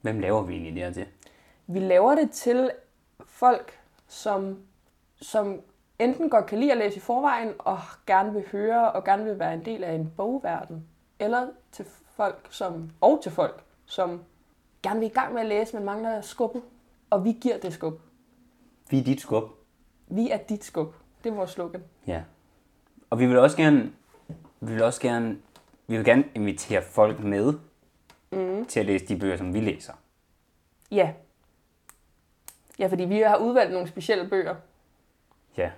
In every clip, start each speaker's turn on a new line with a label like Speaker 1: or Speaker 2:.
Speaker 1: Hvem laver vi egentlig det her til?
Speaker 2: Vi laver det til folk, som, som enten godt kan lide at læse i forvejen, og gerne vil høre, og gerne vil være en del af en bogverden. Eller til folk, som, og til folk, som gerne vil i gang med at læse, men mangler skubbet. Og vi giver det skub.
Speaker 1: Vi er dit skub.
Speaker 2: Vi er dit skub. Det er vores slogan.
Speaker 1: Ja. Og vi vil også gerne, vi vil også gerne, vi vil gerne invitere folk med mm. til at læse de bøger, som vi læser.
Speaker 2: Ja. Ja, fordi vi har udvalgt nogle specielle bøger.
Speaker 1: Ja.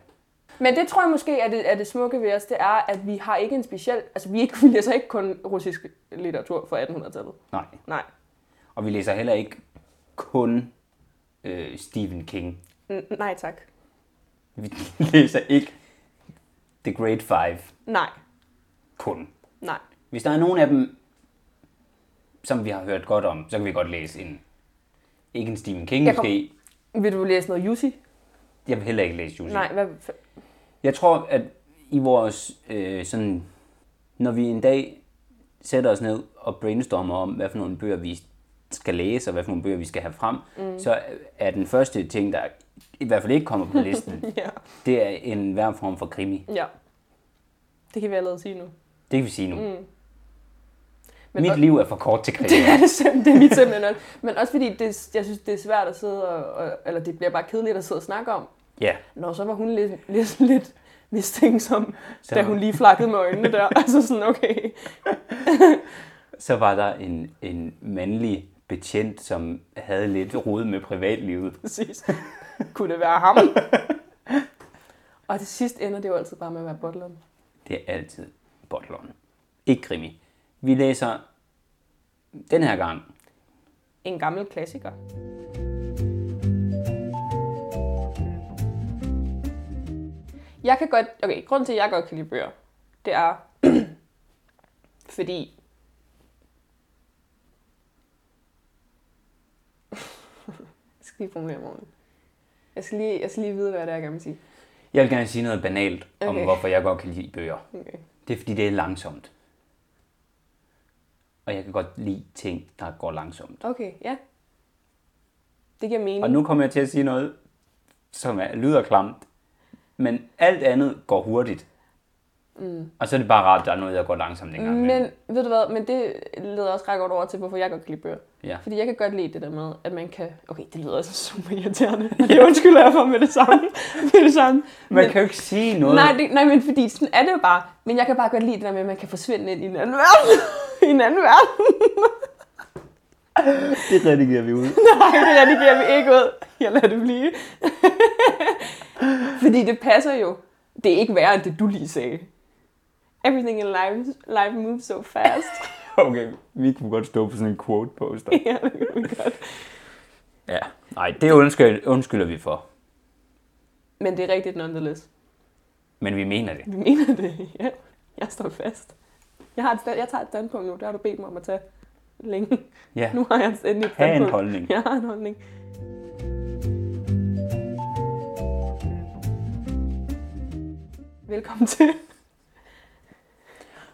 Speaker 2: Men det tror jeg måske er det, er det smukke ved os, det er, at vi har ikke en speciel... Altså, vi, ikke, vi læser ikke kun russisk litteratur fra 1800-tallet.
Speaker 1: Nej.
Speaker 2: Nej.
Speaker 1: Og vi læser heller ikke kun øh, Stephen King.
Speaker 2: N- nej, tak.
Speaker 1: Vi læser ikke The Great Five
Speaker 2: Nej.
Speaker 1: kun.
Speaker 2: Nej.
Speaker 1: Hvis der er nogen af dem, som vi har hørt godt om, så kan vi godt læse en... Ikke en Stephen King
Speaker 2: Jeg
Speaker 1: jeg
Speaker 2: kom-
Speaker 1: måske.
Speaker 2: Vil du læse noget Jussi?
Speaker 1: Jeg vil heller ikke læse Jussi.
Speaker 2: Nej, hvad... f-
Speaker 1: Jeg tror, at i vores øh, sådan, når vi en dag sætter os ned og brainstormer om, hvad for nogle bøger vi skal læse, og hvad for nogle bøger vi skal have frem, mm. så er den første ting, der i hvert fald ikke kommer på listen,
Speaker 2: Ja.
Speaker 1: det er en hver form for krimi.
Speaker 2: ja. Det kan vi allerede sige nu.
Speaker 1: Det kan vi sige nu. Mm.
Speaker 2: Men
Speaker 1: Mit
Speaker 2: og-
Speaker 1: liv er for kort til krimi.
Speaker 2: Det er det simpelthen, det er mit simpelthen også. Men også fordi, det, jeg synes, det er svært at sidde og, og, eller det bliver bare kedeligt at sidde og snakke om.
Speaker 1: Ja,
Speaker 2: Nå, så var hun lidt, lidt, lidt mistænksom,
Speaker 1: Så-
Speaker 2: så... da hun lige flakkede med øjnene der. altså sådan, okay.
Speaker 1: så var der en, en mandlig betjent, som havde lidt rod med privatlivet.
Speaker 2: Præcis. Kunne det være ham? og det sidste ender det jo altid bare med at være bottleren.
Speaker 1: Det er altid bottleren. Ikke krimi. Vi læser den her gang
Speaker 2: En gammel klassiker. Jeg kan godt... Okay, grunden til, at jeg godt kan lide bøger, det er, fordi... jeg skal lige formulere mig ordentligt. jeg skal, lige, jeg skal lige vide, hvad det er, jeg gerne vil sige.
Speaker 1: Jeg vil gerne sige noget banalt okay. om,
Speaker 2: Okay.
Speaker 1: hvorfor jeg godt kan lide bøger.
Speaker 2: Okay.
Speaker 1: Det er, fordi det er langsomt. Og jeg kan godt lide ting, der går langsomt.
Speaker 2: Okay, ja. Det giver mening.
Speaker 1: Og nu kommer jeg til at sige noget, som er, lyder klamt. Men alt andet går hurtigt. Mm. Og så er det bare rart, at der er noget, der går langsomt en gang imellem.
Speaker 2: Men ved du hvad, men det leder også ret godt over til, hvorfor jeg godt kan lide bøger.
Speaker 1: Ja.
Speaker 2: Fordi jeg kan godt lide det der med, at man kan... Okay, det lyder også super irriterende, og det undskylder jeg for med det samme. med det samme.
Speaker 1: Man kan jo ikke sige noget.
Speaker 2: Nej, det, nej, men fordi sådan er det jo bare. Men jeg kan bare godt lide det der med, at man kan forsvinde ind i en anden verden. I en anden verden.
Speaker 1: det redigerer vi ud.
Speaker 2: Nej, det der, det giver vi ikke ud. Jeg lader det blive. fordi det passer jo. Det er ikke værre end det, du lige sagde. Everything in life, life moves so fast.
Speaker 1: Okay, vi kunne godt stå på sådan en quote poster.
Speaker 2: ja, det kan vi godt.
Speaker 1: ja. Nej, det undskyld, undskylder vi for.
Speaker 2: Men det er rigtigt nonetheless.
Speaker 1: Men vi mener det.
Speaker 2: Vi mener det, ja. Jeg står fast. Jeg, har et stand, jeg tager et standpunkt nu. Det har du bedt mig om at tage længe.
Speaker 1: Ja.
Speaker 2: Nu har jeg et endelig et
Speaker 1: Have en
Speaker 2: standpunkt.
Speaker 1: holdning.
Speaker 2: Jeg har en holdning. Velkommen til.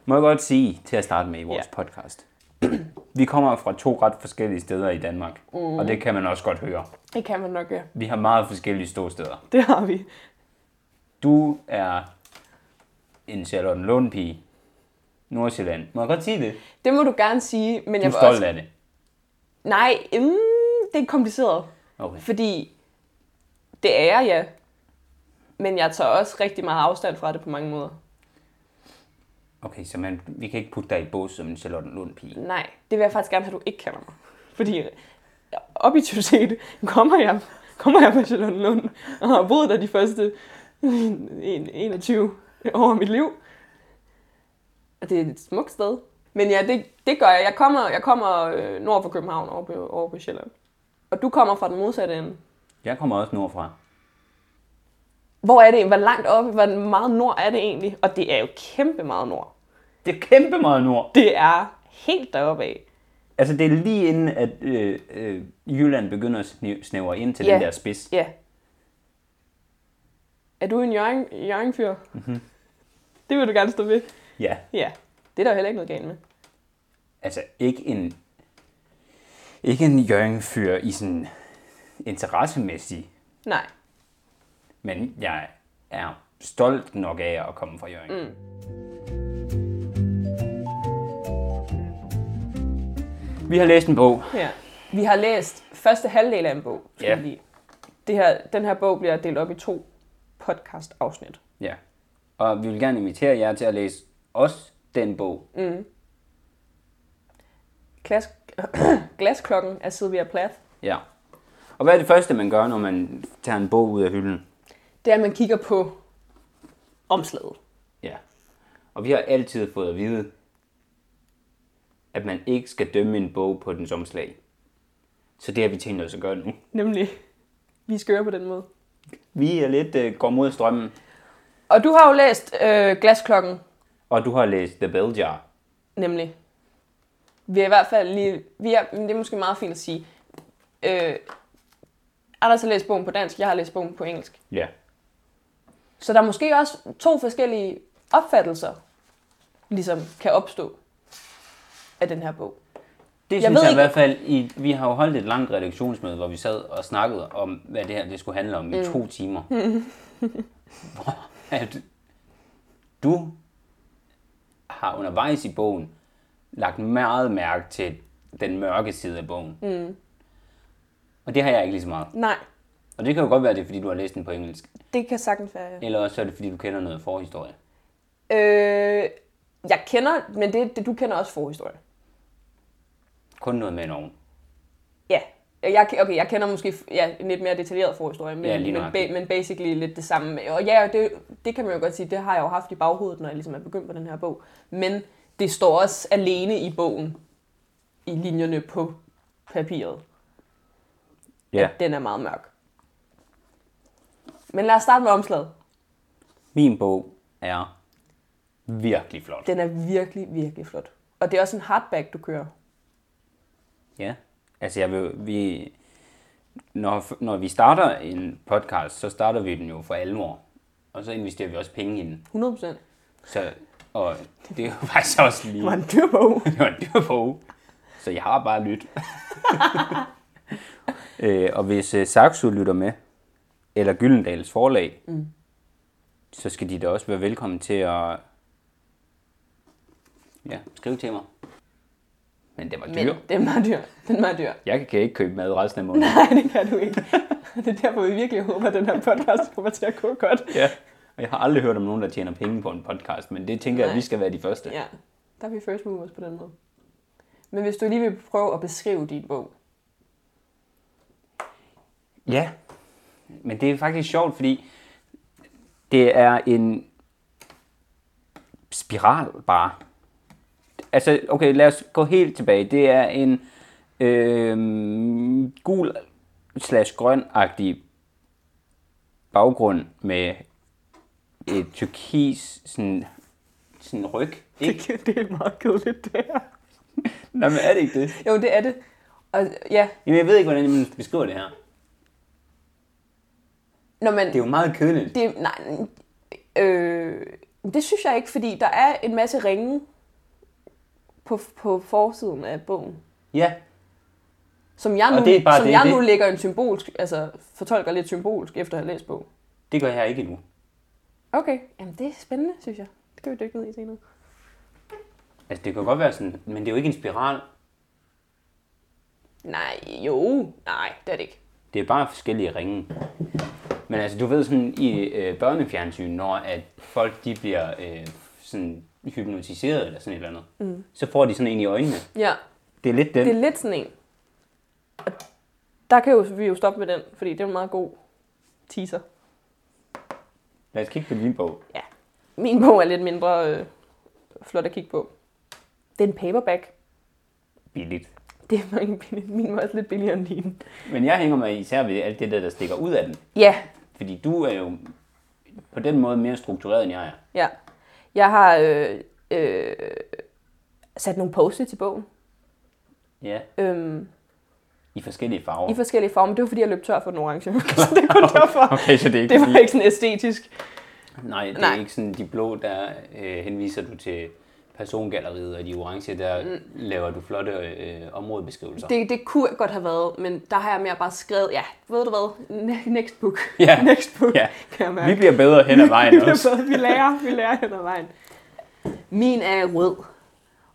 Speaker 1: Må jeg godt sige til at starte med i vores
Speaker 2: Ja.
Speaker 1: ja. podcast. Vi kommer fra to ret forskellige steder i Danmark, mm.
Speaker 2: Mhm.
Speaker 1: og det kan man også godt høre.
Speaker 2: Det kan man nok gøre.
Speaker 1: Vi har meget forskellige ståsteder.
Speaker 2: Det har vi.
Speaker 1: Du er en Charlotte Lund pige. Nordsjælland. Må jeg godt sige det?
Speaker 2: Det må du gerne sige, men
Speaker 1: Du er
Speaker 2: jeg vil
Speaker 1: stolt
Speaker 2: også...
Speaker 1: af det.
Speaker 2: Nej, mm, det er kompliceret.
Speaker 1: Okay.
Speaker 2: Fordi det er jeg, ja. Men jeg tager også rigtig meget afstand fra det på mange måder.
Speaker 1: okay, så man, vi kan ikke putte dig i bås som en Charlotte Lund pige.
Speaker 2: Nej, det vil jeg faktisk gerne have, at du ikke kalder mig. Fordi objektivt set kommer jeg, kommer jeg fra Charlotte Lund og har boet der de første en- en- 21 år af mit liv. Og det er et smukt sted. Men ja, det, det gør jeg. Jeg kommer, jeg kommer øh, nord for København over på, over på Sjælland. Og du kommer fra den modsatte ende.
Speaker 1: Jeg kommer også nordfra.
Speaker 2: Hvor er det? Hvor langt oppe? Hvor meget nord er det egentlig? Og det er jo kæmpe meget nord.
Speaker 1: Det er kæmpe meget nord.
Speaker 2: Det er helt deroppe af.
Speaker 1: Altså, det er lige inden, at øh, øh, Jylland begynder at sne- snævre ind til
Speaker 2: Ja.
Speaker 1: den der spids.
Speaker 2: Ja. Er du en Jørgen, Jørgen-fyr? Mm-hmm. Det vil du gerne stå ved.
Speaker 1: Ja.
Speaker 2: Ja, det er der jo heller ikke noget galt med.
Speaker 1: Altså, ikke en... ikke en Jørgen-fyr i sådan interessemæssig,
Speaker 2: Nej.
Speaker 1: men jeg er stolt nok af at komme fra Jørgen. Mm. Vi har læst en bog.
Speaker 2: Ja. Vi har læst første halvdel af en bog. skal
Speaker 1: Ja.
Speaker 2: vi lige. Det her, den her bog bliver delt op i to podcast-afsnit.
Speaker 1: Ja. Og vi vil gerne invitere jer til at læse også den bog. Mm.
Speaker 2: Glas, glasklokken af Sylvia Plath.
Speaker 1: Ja. Og hvad er det første, man gør, når man tager en bog ud af hylden?
Speaker 2: Det er, at man kigger på omslaget.
Speaker 1: Ja. Og vi har altid fået at vide, at man ikke skal dømme en bog på dens omslag. Så det har vi tænkt os at gøre nu.
Speaker 2: Nemlig, vi skører på den måde.
Speaker 1: Vi er lidt øh, går mod strømmen,
Speaker 2: Og du har jo læst øh, glasklokken,
Speaker 1: og du har læst The Bell Jar.
Speaker 2: nemlig. Vi er i hvert fald lige... Vi er, men det er måske meget fint at sige. Øh, Anders har læst bogen på dansk, jeg har læst bogen på engelsk.
Speaker 1: Ja.
Speaker 2: Så der er måske også to forskellige opfattelser, ligesom kan opstå af den her bog.
Speaker 1: Det
Speaker 2: Jeg
Speaker 1: synes
Speaker 2: ved
Speaker 1: jeg i
Speaker 2: ikke-
Speaker 1: hvert fald, i, vi har jo holdt et langt redaktionsmøde, hvor vi sad og snakkede om, hvad det her det skulle handle om
Speaker 2: Mm.
Speaker 1: i to timer. hvor at du har undervejs i bogen lagt meget mærke til den mørke side af bogen. Mm. Og det har jeg ikke lige så meget.
Speaker 2: Nej,
Speaker 1: Og det kan jo godt være, det er, fordi du har læst den på engelsk.
Speaker 2: det kan sagtens være. Ja.
Speaker 1: Eller også så er det, fordi du kender noget forhistorie.
Speaker 2: Øh, jeg kender, men det, det, du kender også forhistorie.
Speaker 1: Kun noget med en ovn.
Speaker 2: Ja, jeg, okay, jeg kender måske ja, en lidt mere detaljeret forhistorie, men,
Speaker 1: Ja, lige
Speaker 2: men,
Speaker 1: nøjagtigt.
Speaker 2: ba- men basically lidt det samme. Og ja, det, det kan man jo godt sige, det har jeg jo haft i baghovedet, når jeg ligesom er begyndt på den her bog. Men det står også alene i bogen, i linjerne på papiret.
Speaker 1: Ja.
Speaker 2: Den er meget mørk. Men lad os starte med omslaget.
Speaker 1: Min bog er virkelig flot.
Speaker 2: Den er virkelig, virkelig flot. Og det er også en hardback, du kører.
Speaker 1: Ja, altså jeg vil, vi, når, når vi starter en podcast, så starter vi den jo for alvor. Og så investerer vi også penge i den.
Speaker 2: 100 procent.
Speaker 1: Så, og det er jo faktisk også lige
Speaker 2: Det var en dyr bog.
Speaker 1: det var en dyr bog. Så jeg har bare lyttet. øh, og hvis øh, Saxo lytter med, eller Gyllendals forlag, mm. så skal de da også være velkommen til at ja, skrive til mig. Men det var dyr.
Speaker 2: Men den er meget dyr. Den er meget dyr.
Speaker 1: Jeg kan ikke købe mad resten af måneden.
Speaker 2: Nej, det kan du ikke. Det er derfor, vi virkelig håber, at den her podcast kommer til at gå godt.
Speaker 1: Ja. Og jeg har aldrig hørt om nogen, der tjener penge på en podcast, men det tænker jeg, at
Speaker 2: Nej.
Speaker 1: vi skal være de første.
Speaker 2: Ja, der er vi first movers på den måde. Men hvis du lige vil prøve at beskrive din bog.
Speaker 1: ja. Men det er faktisk sjovt, fordi det er en spiral bare. Altså, okay, lad os gå helt tilbage. Det er en øh, gul slash grøn-agtig baggrund med et turkis sådan, sådan ryg. Ikke?
Speaker 2: det er meget kedeligt, det her.
Speaker 1: Nå, men er det ikke det?
Speaker 2: Jo, det er det. Og ja,
Speaker 1: Jamen, jeg ved ikke, hvordan man beskriver det her.
Speaker 2: når man...
Speaker 1: Det er jo meget kedeligt.
Speaker 2: Det, nej, øh, det synes jeg ikke, fordi der er en masse ringe på, på forsiden af bogen,
Speaker 1: Ja,
Speaker 2: som jeg
Speaker 1: Og
Speaker 2: nu,
Speaker 1: det er bare
Speaker 2: som
Speaker 1: det,
Speaker 2: jeg
Speaker 1: det-
Speaker 2: nu lægger en symbolsk, altså fortolker lidt symbolsk efter at have læst bogen.
Speaker 1: det gør jeg ikke endnu.
Speaker 2: Okay, jamen det er spændende, synes jeg. Det kan vi dykke ned i senere.
Speaker 1: Altså, det kan godt være sådan, men det er jo ikke en spiral.
Speaker 2: Nej, jo, nej, det er det ikke.
Speaker 1: Det er bare forskellige ringe. Men altså, du ved sådan i øh, børnefjernsyn, når at folk de bliver øh, sådan hypnotiseret eller sådan et eller andet, mm. så får de sådan en i øjnene.
Speaker 2: Ja,
Speaker 1: Det er lidt den.
Speaker 2: det er lidt sådan en. Og der kan jo, vi jo stoppe med den, fordi det er en meget god teaser.
Speaker 1: Lad os kigge på din bog.
Speaker 2: Ja, min bog er lidt mindre øh, flot at kigge på. Det er en paperback.
Speaker 1: Billigt.
Speaker 2: Det er mange billigt. Min var også lidt billigere end din.
Speaker 1: Men jeg hænger mig især ved alt det der, der stikker ud af den.
Speaker 2: Ja,
Speaker 1: Fordi du er jo på den måde mere struktureret, end jeg er.
Speaker 2: ja. Jeg har øh, øh, sat nogle post til bogen.
Speaker 1: Ja,
Speaker 2: Øhm,
Speaker 1: i forskellige farver.
Speaker 2: I forskellige former. Det var fordi, jeg løb tør for den orange. Så det er kun derfor.
Speaker 1: Okay, så det er ikke
Speaker 2: Det
Speaker 1: fordi-
Speaker 2: var ikke sådan æstetisk.
Speaker 1: Nej, det Nej.
Speaker 2: Nej.
Speaker 1: er ikke sådan de blå, der øh, henviser du til persongalleriet og de orange, der mm. laver du flotte øh, områdebeskrivelser.
Speaker 2: Det, det kunne godt have været, men der har jeg mere bare skrevet, ja, ved du hvad, Ne- next book.
Speaker 1: Ja.
Speaker 2: Next book,
Speaker 1: Ja.
Speaker 2: kan jeg mærke.
Speaker 1: Vi bliver bedre hen ad
Speaker 2: vi,
Speaker 1: vejen
Speaker 2: bliver
Speaker 1: også.
Speaker 2: bedre. vi lærer, vi lærer hen ad vejen. Min er rød.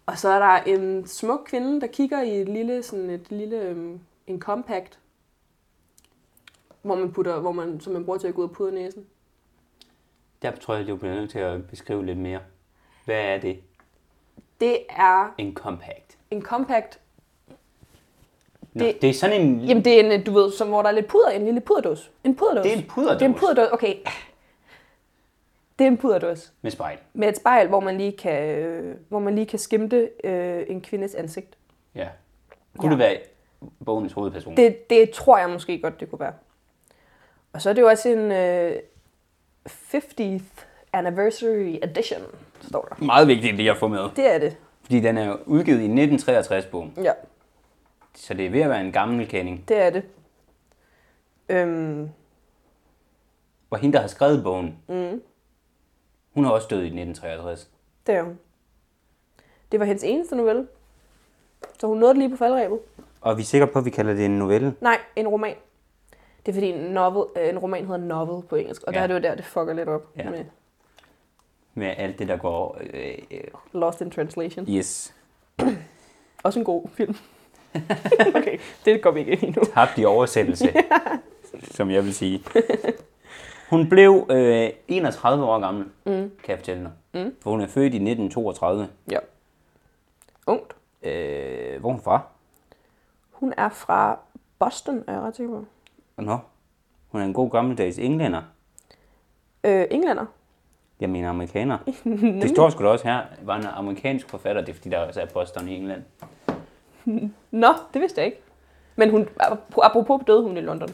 Speaker 2: Og så er der en smuk kvinde, der kigger i et lille, sådan et lille, øhm, en compact, hvor man putter, hvor man, som man bruger til at gå ud og pudre næsen.
Speaker 1: Der tror jeg, du bliver nødt til at beskrive lidt mere. Hvad er det?
Speaker 2: Det er
Speaker 1: En compact.
Speaker 2: en compact,
Speaker 1: Nå, det,
Speaker 2: Det-
Speaker 1: det er sådan en...
Speaker 2: jamen det er en, øh, du ved, som, hvor der er lidt puder, en lille puderdås. En puderdås.
Speaker 1: det er en puderdås
Speaker 2: Det er en puderdås, okay. Det er en puderdås
Speaker 1: med spejl.
Speaker 2: med et spejl, hvor man lige kan, øh, hvor man lige kan skimte øh, en kvindes ansigt.
Speaker 1: Ja. Kunne ja.
Speaker 2: Ja.
Speaker 1: det være bogens hovedperson?
Speaker 2: Det, det tror jeg måske godt, det kunne være. Og så er det jo også en øh, 50th anniversary edition, står der.
Speaker 1: Meget vigtigt lige at få med.
Speaker 2: Det er det.
Speaker 1: Fordi den er jo udgivet i 1963-bogen.
Speaker 2: Ja,
Speaker 1: Så det er ved at være en gammel kending.
Speaker 2: det er det. Øhm,
Speaker 1: Og hende, der har skrevet bogen, mm. hun har også død i 1963.
Speaker 2: det er hun. Det var hendes eneste novelle. Så hun nåede det lige på faldrebet.
Speaker 1: Og er vi sikre på, at vi kalder det en novelle?
Speaker 2: Nej, en roman. Det er fordi en, novel, øh, en roman hedder novel på engelsk, og
Speaker 1: Ja.
Speaker 2: ja. der er det jo der, det fucker lidt op
Speaker 1: Ja.
Speaker 2: ja. med
Speaker 1: Med alt det, der går... Øh, øh,
Speaker 2: Lost in Translation.
Speaker 1: yes.
Speaker 2: Også en god film. okay, det går vi ikke ind i nu.
Speaker 1: Tabt i oversættelse, som jeg vil sige. Hun blev øh, 31 år gammel, mm. kan jeg fortælle dig. Mm. For hun er født i 1932.
Speaker 2: Ja. Ungt.
Speaker 1: Øh, hvor er hun fra?
Speaker 2: Hun er fra Boston, er jeg ret sikker på.
Speaker 1: Nå, hun er en god gammeldags englænder.
Speaker 2: Øh, englænder.
Speaker 1: Jeg mener amerikaner. det står sgu da også her, var en amerikansk forfatter, det er fordi, der også er Boston i England.
Speaker 2: Nå, det vidste jeg ikke. Men hun, apropos døde hun i London.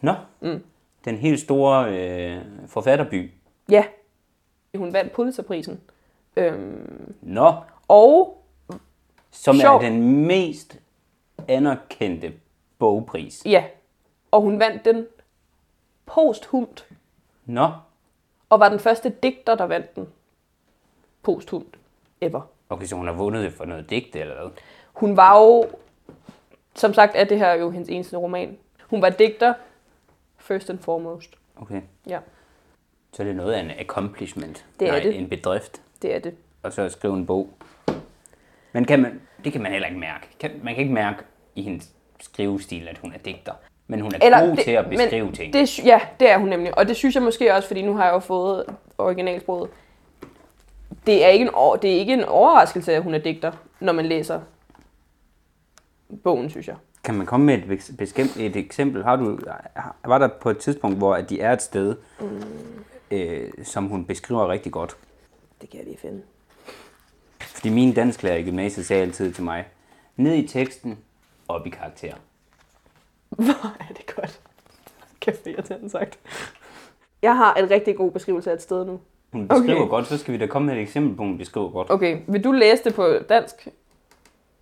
Speaker 1: Nå, mm. den helt store øh, forfatterby.
Speaker 2: Ja. Hun vandt Pulitzerprisen. Øhm,
Speaker 1: Nå,
Speaker 2: og
Speaker 1: som Sjov.
Speaker 2: Sjovt.
Speaker 1: er den mest anerkendte bogpris.
Speaker 2: ja, og hun vandt den posthumt,
Speaker 1: Nå,
Speaker 2: og var den første digter, der vandt den posthumt ever.
Speaker 1: okay, så hun har vundet det for noget digte eller hvad?
Speaker 2: Hun var jo, som sagt er det her jo hendes eneste roman. Hun var digter, first and foremost.
Speaker 1: Okay,
Speaker 2: Ja,
Speaker 1: så er det noget af en accomplishment.
Speaker 2: Det er
Speaker 1: Nej,
Speaker 2: det.
Speaker 1: en bedrift.
Speaker 2: det er det.
Speaker 1: Og så skrive en bog. Men kan man, det kan man heller ikke mærke. Kan, man kan ikke mærke i hendes skrivestil, at hun er digter. Men hun er Eller god det, til at beskrive
Speaker 2: men
Speaker 1: ting.
Speaker 2: Det, sy- ja, det er hun nemlig. Og det synes jeg måske også, fordi nu har jeg jo fået originalsproget. Det er ikke en, over- det er ikke en overraskelse, at hun er digter, når man læser bogen, synes jeg.
Speaker 1: Kan man komme med et, bes- beskæm- et eksempel? Har du, har- var der på et tidspunkt, hvor at de er et sted, mm. øh, som hun beskriver rigtig godt?
Speaker 2: Det kan jeg lige finde.
Speaker 1: Fordi min dansklærer i gymnasiet sagde altid til mig, ned i teksten, op i karakter.
Speaker 2: Hvor er det godt. Kæft, det er sagt. Jeg har en rigtig god beskrivelse af et sted nu.
Speaker 1: Hun beskriver okay.
Speaker 2: Okay.
Speaker 1: godt, så skal vi da komme med et eksempel på, hun beskriver godt.
Speaker 2: Okay, vil du læse det på dansk?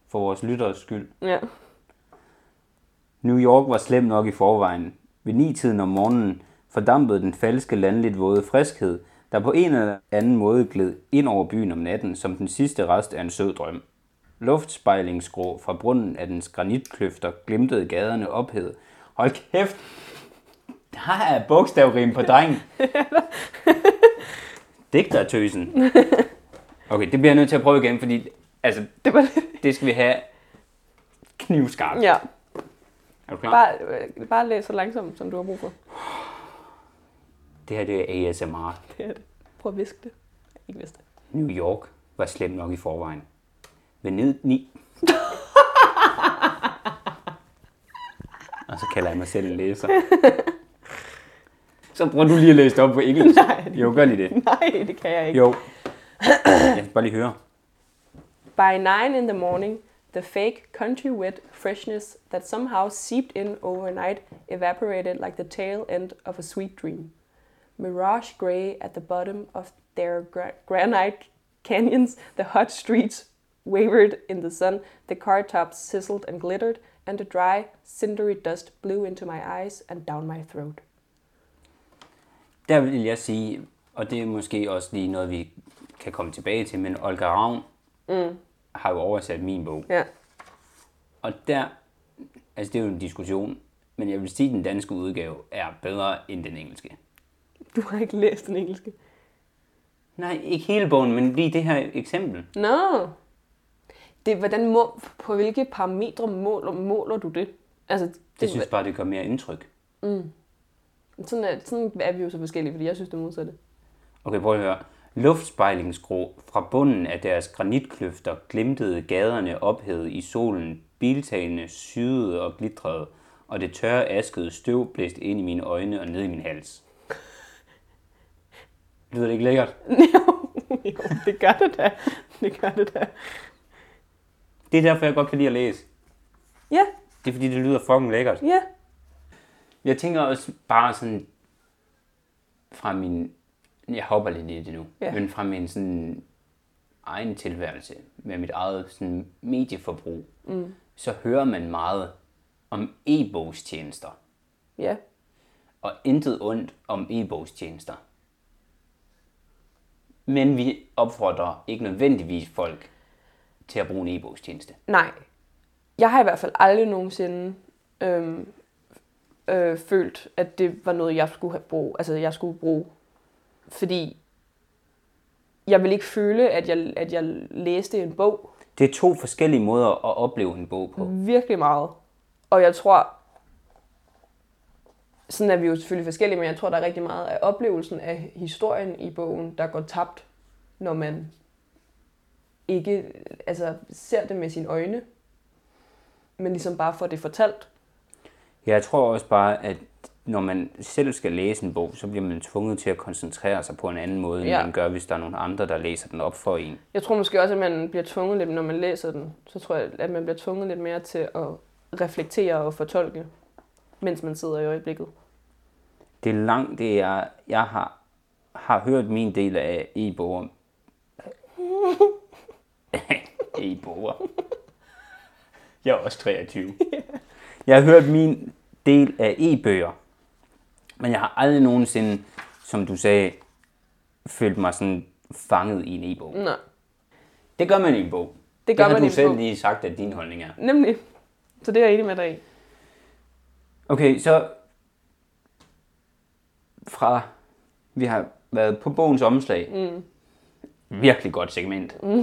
Speaker 1: For vores lytteres skyld.
Speaker 2: Ja.
Speaker 1: New York var slem nok i forvejen. Ved ni-tiden om morgenen fordampede den falske landligt våde friskhed, der på en eller anden måde gled ind over byen om natten som den sidste rest af en sød drøm. Luftspejlingsgrå fra bunden af dens granitkløfter glimtede gaderne ophed. Hold kæft! Der er bogstavrim på drengen! Digtertøsen! Okay, det bliver jeg nødt til at prøve igen, fordi altså,
Speaker 2: Det var det.
Speaker 1: det skal vi have knivskarpt.
Speaker 2: Ja,
Speaker 1: Er du klar?
Speaker 2: bare, øh, bare læs så langsomt, som du har brug for.
Speaker 1: Det her det er ASMR.
Speaker 2: Det er det. Prøv at viske det. Ikke vidste det.
Speaker 1: New York var slem nok i forvejen. Ved ned ni... Og så kalder jeg mig selv en læser. Så prøver du lige at læse det op på engelsk.
Speaker 2: Nej, det-
Speaker 1: Jo, gør lige det.
Speaker 2: Nej, det kan jeg ikke.
Speaker 1: Jo. Jeg skal bare lige høre.
Speaker 2: By nine in the morning, the fake country wet freshness that somehow seeped in overnight evaporated like the tail end of a sweet dream. Mirage gray at the bottom of their gra- granite canyons, the hot streets wavered in the sun, the car tops sizzled and glittered, and the dry, cindery dust blew into my eyes and down my throat.
Speaker 1: Der vil jeg sige, og det er måske også lige noget, vi kan komme tilbage til, men Olga Ravn
Speaker 2: Mm.
Speaker 1: har jo oversat min bog.
Speaker 2: Ja.
Speaker 1: Og der, altså det er jo en diskussion, men jeg vil sige, at den danske udgave er bedre end den engelske.
Speaker 2: Du har ikke læst den engelske.
Speaker 1: Nej, ikke hele bogen, men lige det her eksempel.
Speaker 2: Nå. Det, hvordan må, på hvilke parametre måler, måler du det? Altså, det,
Speaker 1: Jeg synes bare, det gør mere indtryk.
Speaker 2: sådan, er, sådan er vi jo så forskellige, fordi jeg synes det modsatte.
Speaker 1: Okay, prøv at høre. Luftspejlingsgrå fra bunden af deres granitkløfter glimtede gaderne ophedet i solen. Biltagene syede og glitrede, og det tørre askede støv blæste ind i mine øjne og ned i min hals. Lyder det ikke lækkert?
Speaker 2: jo, jo, det gør det da. Det gør det da.
Speaker 1: Det er derfor, jeg godt kan lide at læse.
Speaker 2: Ja,
Speaker 1: Det er fordi, det lyder fucking lækkert.
Speaker 2: ja.
Speaker 1: Jeg tænker også bare sådan fra min... Jeg hopper lidt i det nu.
Speaker 2: Ja.
Speaker 1: Men fra min sådan egen tilværelse med mit eget sådan medieforbrug, mm. så hører man meget om e-bogstjenester.
Speaker 2: Ja,
Speaker 1: Og intet ondt om e-bogstjenester. Men vi opfordrer ikke nødvendigvis folk til at bruge en e-bogstjeneste.
Speaker 2: nej. Jeg har i hvert fald aldrig nogensinde øhm, øh, følt, at det var noget, jeg skulle have brug, altså, jeg skulle bruge. Fordi jeg vil ikke føle, at jeg, at jeg læste en bog,
Speaker 1: Det er to forskellige måder at opleve en bog på.
Speaker 2: virkelig meget. Og jeg tror, sådan er vi jo selvfølgelig forskellige, men jeg tror, der er rigtig meget af oplevelsen af historien i bogen, der går tabt, når man ikke altså, ser det med sine øjne, men ligesom bare får det fortalt.
Speaker 1: Ja, Jeg tror også bare, at når man selv skal læse en bog, så bliver man tvunget til at koncentrere sig på en anden måde, ja.
Speaker 2: Ja.
Speaker 1: end man gør, hvis der er nogle andre, der læser den op for en.
Speaker 2: Jeg tror måske også, at man bliver tvunget lidt, når man læser den, så tror jeg, at man bliver tvunget lidt mere til at reflektere og fortolke, mens man sidder i øjeblikket.
Speaker 1: Det er langt, det er, jeg har, har hørt min del af e-boger. e-boger. Jeg er også 23. Jeg har hørt min del af e-bøger, men jeg har aldrig nogensinde, som du sagde, følt mig sådan fanget i en e-bog.
Speaker 2: Nej,
Speaker 1: Det gør man i en bog.
Speaker 2: det gør
Speaker 1: det har
Speaker 2: man
Speaker 1: du
Speaker 2: ikke
Speaker 1: selv
Speaker 2: på.
Speaker 1: lige sagt, at din holdning er.
Speaker 2: Nemlig. Så det er jeg enig med dig i.
Speaker 1: Okay, så fra vi har været på bogens omslag. Mm. Virkelig godt segment, mm.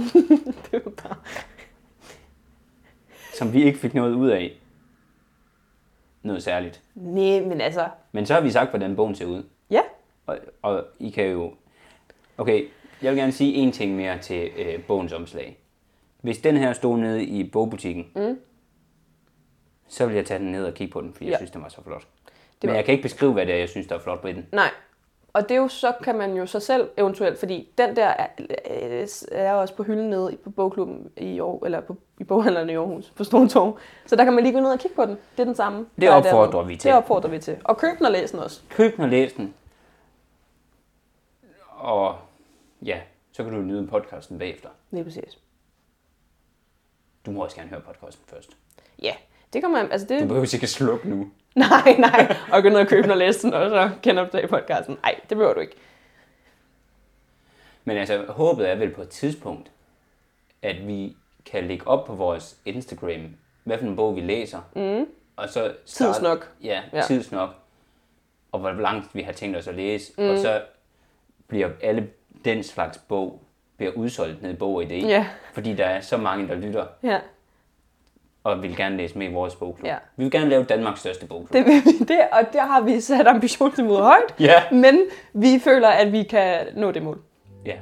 Speaker 2: Det var bare...
Speaker 1: som vi ikke fik noget ud af. Noget særligt.
Speaker 2: Nej, men altså...
Speaker 1: Men så har vi sagt, hvordan bogen ser ud.
Speaker 2: Ja,
Speaker 1: Og, og I kan jo... Okay, jeg vil gerne sige en ting mere til øh, bogens omslag. Hvis den her stod nede i bogbutikken, mm. så vil jeg tage den ned og kigge på den, fordi ja.
Speaker 2: Ja.
Speaker 1: jeg synes, den var så flot.
Speaker 2: Det
Speaker 1: Men
Speaker 2: var-
Speaker 1: jeg kan ikke beskrive, hvad det er, jeg synes, der er flot ved den.
Speaker 2: nej. Og det er jo, så kan man jo så selv eventuelt, fordi den der er, øh, er også på hylden nede på bogklubben i år, eller på, i boghandlerne i Aarhus, på Stortorv. Så der kan man lige gå ned og kigge på den. Det er den samme.
Speaker 1: Det
Speaker 2: der er dernede.
Speaker 1: opfordrer vi til.
Speaker 2: Det opfordrer vi til. Og køb den og læs den også.
Speaker 1: Køb den og læs den. Og ja, så kan du nyde podcasten bagefter.
Speaker 2: Lige præcis.
Speaker 1: Du må også gerne høre podcasten først.
Speaker 2: Ja, det kan man, altså det...
Speaker 1: Du behøver ikke at slukke nu.
Speaker 2: Nej, nej. Og gå ned og købe den og læse den, og så genopdage podcasten. Nej, det behøver du ikke.
Speaker 1: Men altså, håbet er vel på et tidspunkt, at vi kan lægge op på vores Instagram, hvad for en bog vi læser. Mm. Og så starte,
Speaker 2: Tidsnok.
Speaker 1: Ja, ja,
Speaker 2: Ja.
Speaker 1: tidsnok. Og hvor langt vi har tænkt os at læse. Mm. Og så bliver alle den slags bog bliver udsolgt ned i bog i dag.
Speaker 2: Ja.
Speaker 1: Fordi der er så mange, der lytter
Speaker 2: Ja,
Speaker 1: og vil gerne læse med i vores bogklub.
Speaker 2: Ja.
Speaker 1: Vi vil gerne lave Danmarks største bogklub.
Speaker 2: det vil vi. Det, og der har vi sat ambitionsniveauet højt.
Speaker 1: Ja.
Speaker 2: Men vi føler, at vi kan nå det mål.
Speaker 1: Ja.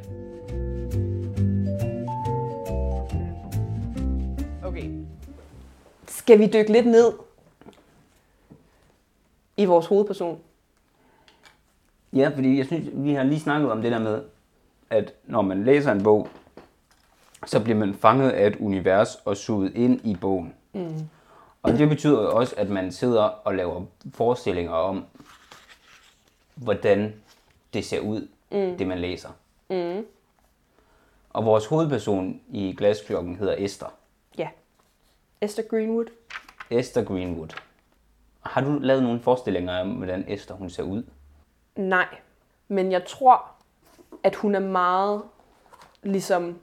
Speaker 2: Okay. Skal vi dykke lidt ned i vores hovedperson?
Speaker 1: ja, fordi jeg synes, vi har lige snakket om det der med, at når man læser en bog, så bliver man fanget af et univers og suget ind i bogen. Mm. Og det betyder jo også, at man sidder og laver forestillinger om, hvordan det ser ud, mm. det man læser. Mm. Og vores hovedperson i glasklokken hedder Esther.
Speaker 2: Ja. Esther Greenwood.
Speaker 1: Esther Greenwood. Har du lavet nogle forestillinger om, hvordan Esther hun ser ud?
Speaker 2: Nej. Men jeg tror, at hun er meget ligesom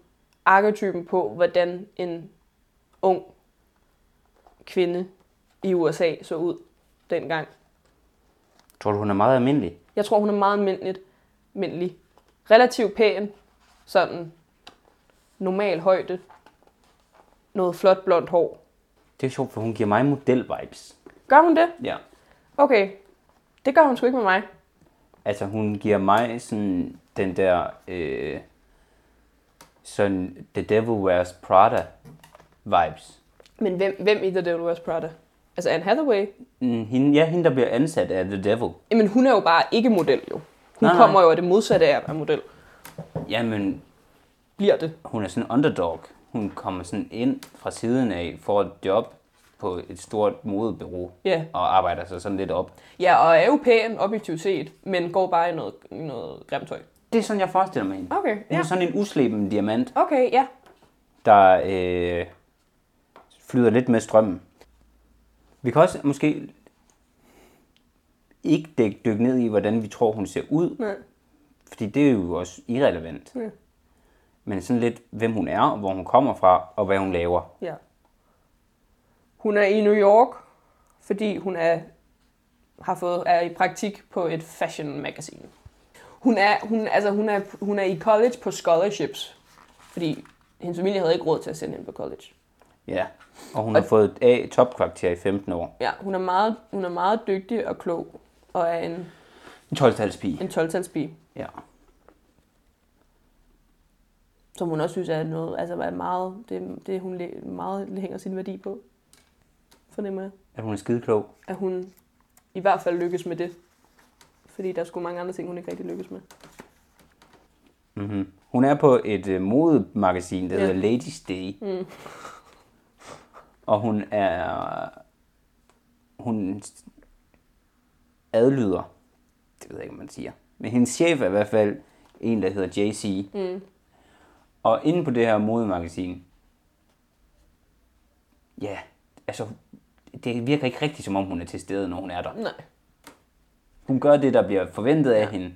Speaker 2: arketypen på, hvordan en ung kvinde i USA så ud dengang.
Speaker 1: Tror du, hun er meget almindelig?
Speaker 2: Jeg tror, hun er meget almindelig. almindelig. Relativt pæn. Sådan normal højde. Noget flot blondt hår.
Speaker 1: Det er sjovt, for hun giver mig model-vibes.
Speaker 2: Gør hun det?
Speaker 1: Ja.
Speaker 2: Okay. Det gør hun sgu ikke med mig.
Speaker 1: Altså, hun giver mig sådan den der... Øh, sådan The Devil Wears Prada vibes.
Speaker 2: Men hvem, hvem i The Devil Wears Prada? Altså Anne Hathaway?
Speaker 1: Mm, Hende, ja, hende, der bliver ansat af The Devil.
Speaker 2: Jamen hun er jo bare ikke model jo. Hun
Speaker 1: Nej,
Speaker 2: nej,
Speaker 1: nej.
Speaker 2: kommer jo af det modsatte af at være model.
Speaker 1: Jamen,
Speaker 2: Bliver det.
Speaker 1: hun er sådan en underdog. Hun kommer sådan ind fra siden af, får et job på et stort modebureau
Speaker 2: Ja.
Speaker 1: og arbejder sig sådan lidt op.
Speaker 2: Ja, og er jo pæn objektivt set, men går bare i noget, i noget grimt tøj.
Speaker 1: Det er sådan, jeg forestiller mig hende.
Speaker 2: Okay,
Speaker 1: Hun er sådan en usleben diamant,
Speaker 2: Okay, ja.
Speaker 1: der øh, flyder lidt med strømmen. Vi kan også måske ikke dykke, dykke ned i, hvordan vi tror, hun ser ud,
Speaker 2: Nej.
Speaker 1: fordi det er jo også irrelevant.
Speaker 2: Ja.
Speaker 1: Men sådan lidt, hvem hun er, og hvor hun kommer fra, og hvad hun laver.
Speaker 2: ja. Hun er i New York, fordi hun er, har fået, er i praktik på et fashion magazine. Hun er, hun, altså, hun, er, hun er i college på scholarships, fordi hendes familie havde ikke råd til at sende hende på college.
Speaker 1: Ja, og hun har fået et A topkarakter i 15 år.
Speaker 2: Ja, hun er meget, hun er meget dygtig og klog, og er en,
Speaker 1: En 12-talspige.
Speaker 2: en 12-talspige,
Speaker 1: Ja.
Speaker 2: som hun også synes er noget, altså er meget, det, det hun læ- meget hænger sin værdi på, fornemmer jeg.
Speaker 1: At hun er skideklog.
Speaker 2: At hun i hvert fald lykkes med det, fordi der er sgu mange andre ting, hun ikke rigtig lykkes med.
Speaker 1: Mm-hmm. Hun er på et øh, modemagasin, der
Speaker 2: Ja.
Speaker 1: hedder Ladies Day.
Speaker 2: Mm.
Speaker 1: Og hun er... Hun adlyder. Det ved jeg ikke, om man siger. Men hendes chef er i hvert fald en, der hedder JC.
Speaker 2: Mm.
Speaker 1: Og inde på det her modemagasin... Ja, altså... Det virker ikke rigtigt, som om hun er til stede, når hun er der.
Speaker 2: Nej.
Speaker 1: Hun gør det, der bliver forventet af hende.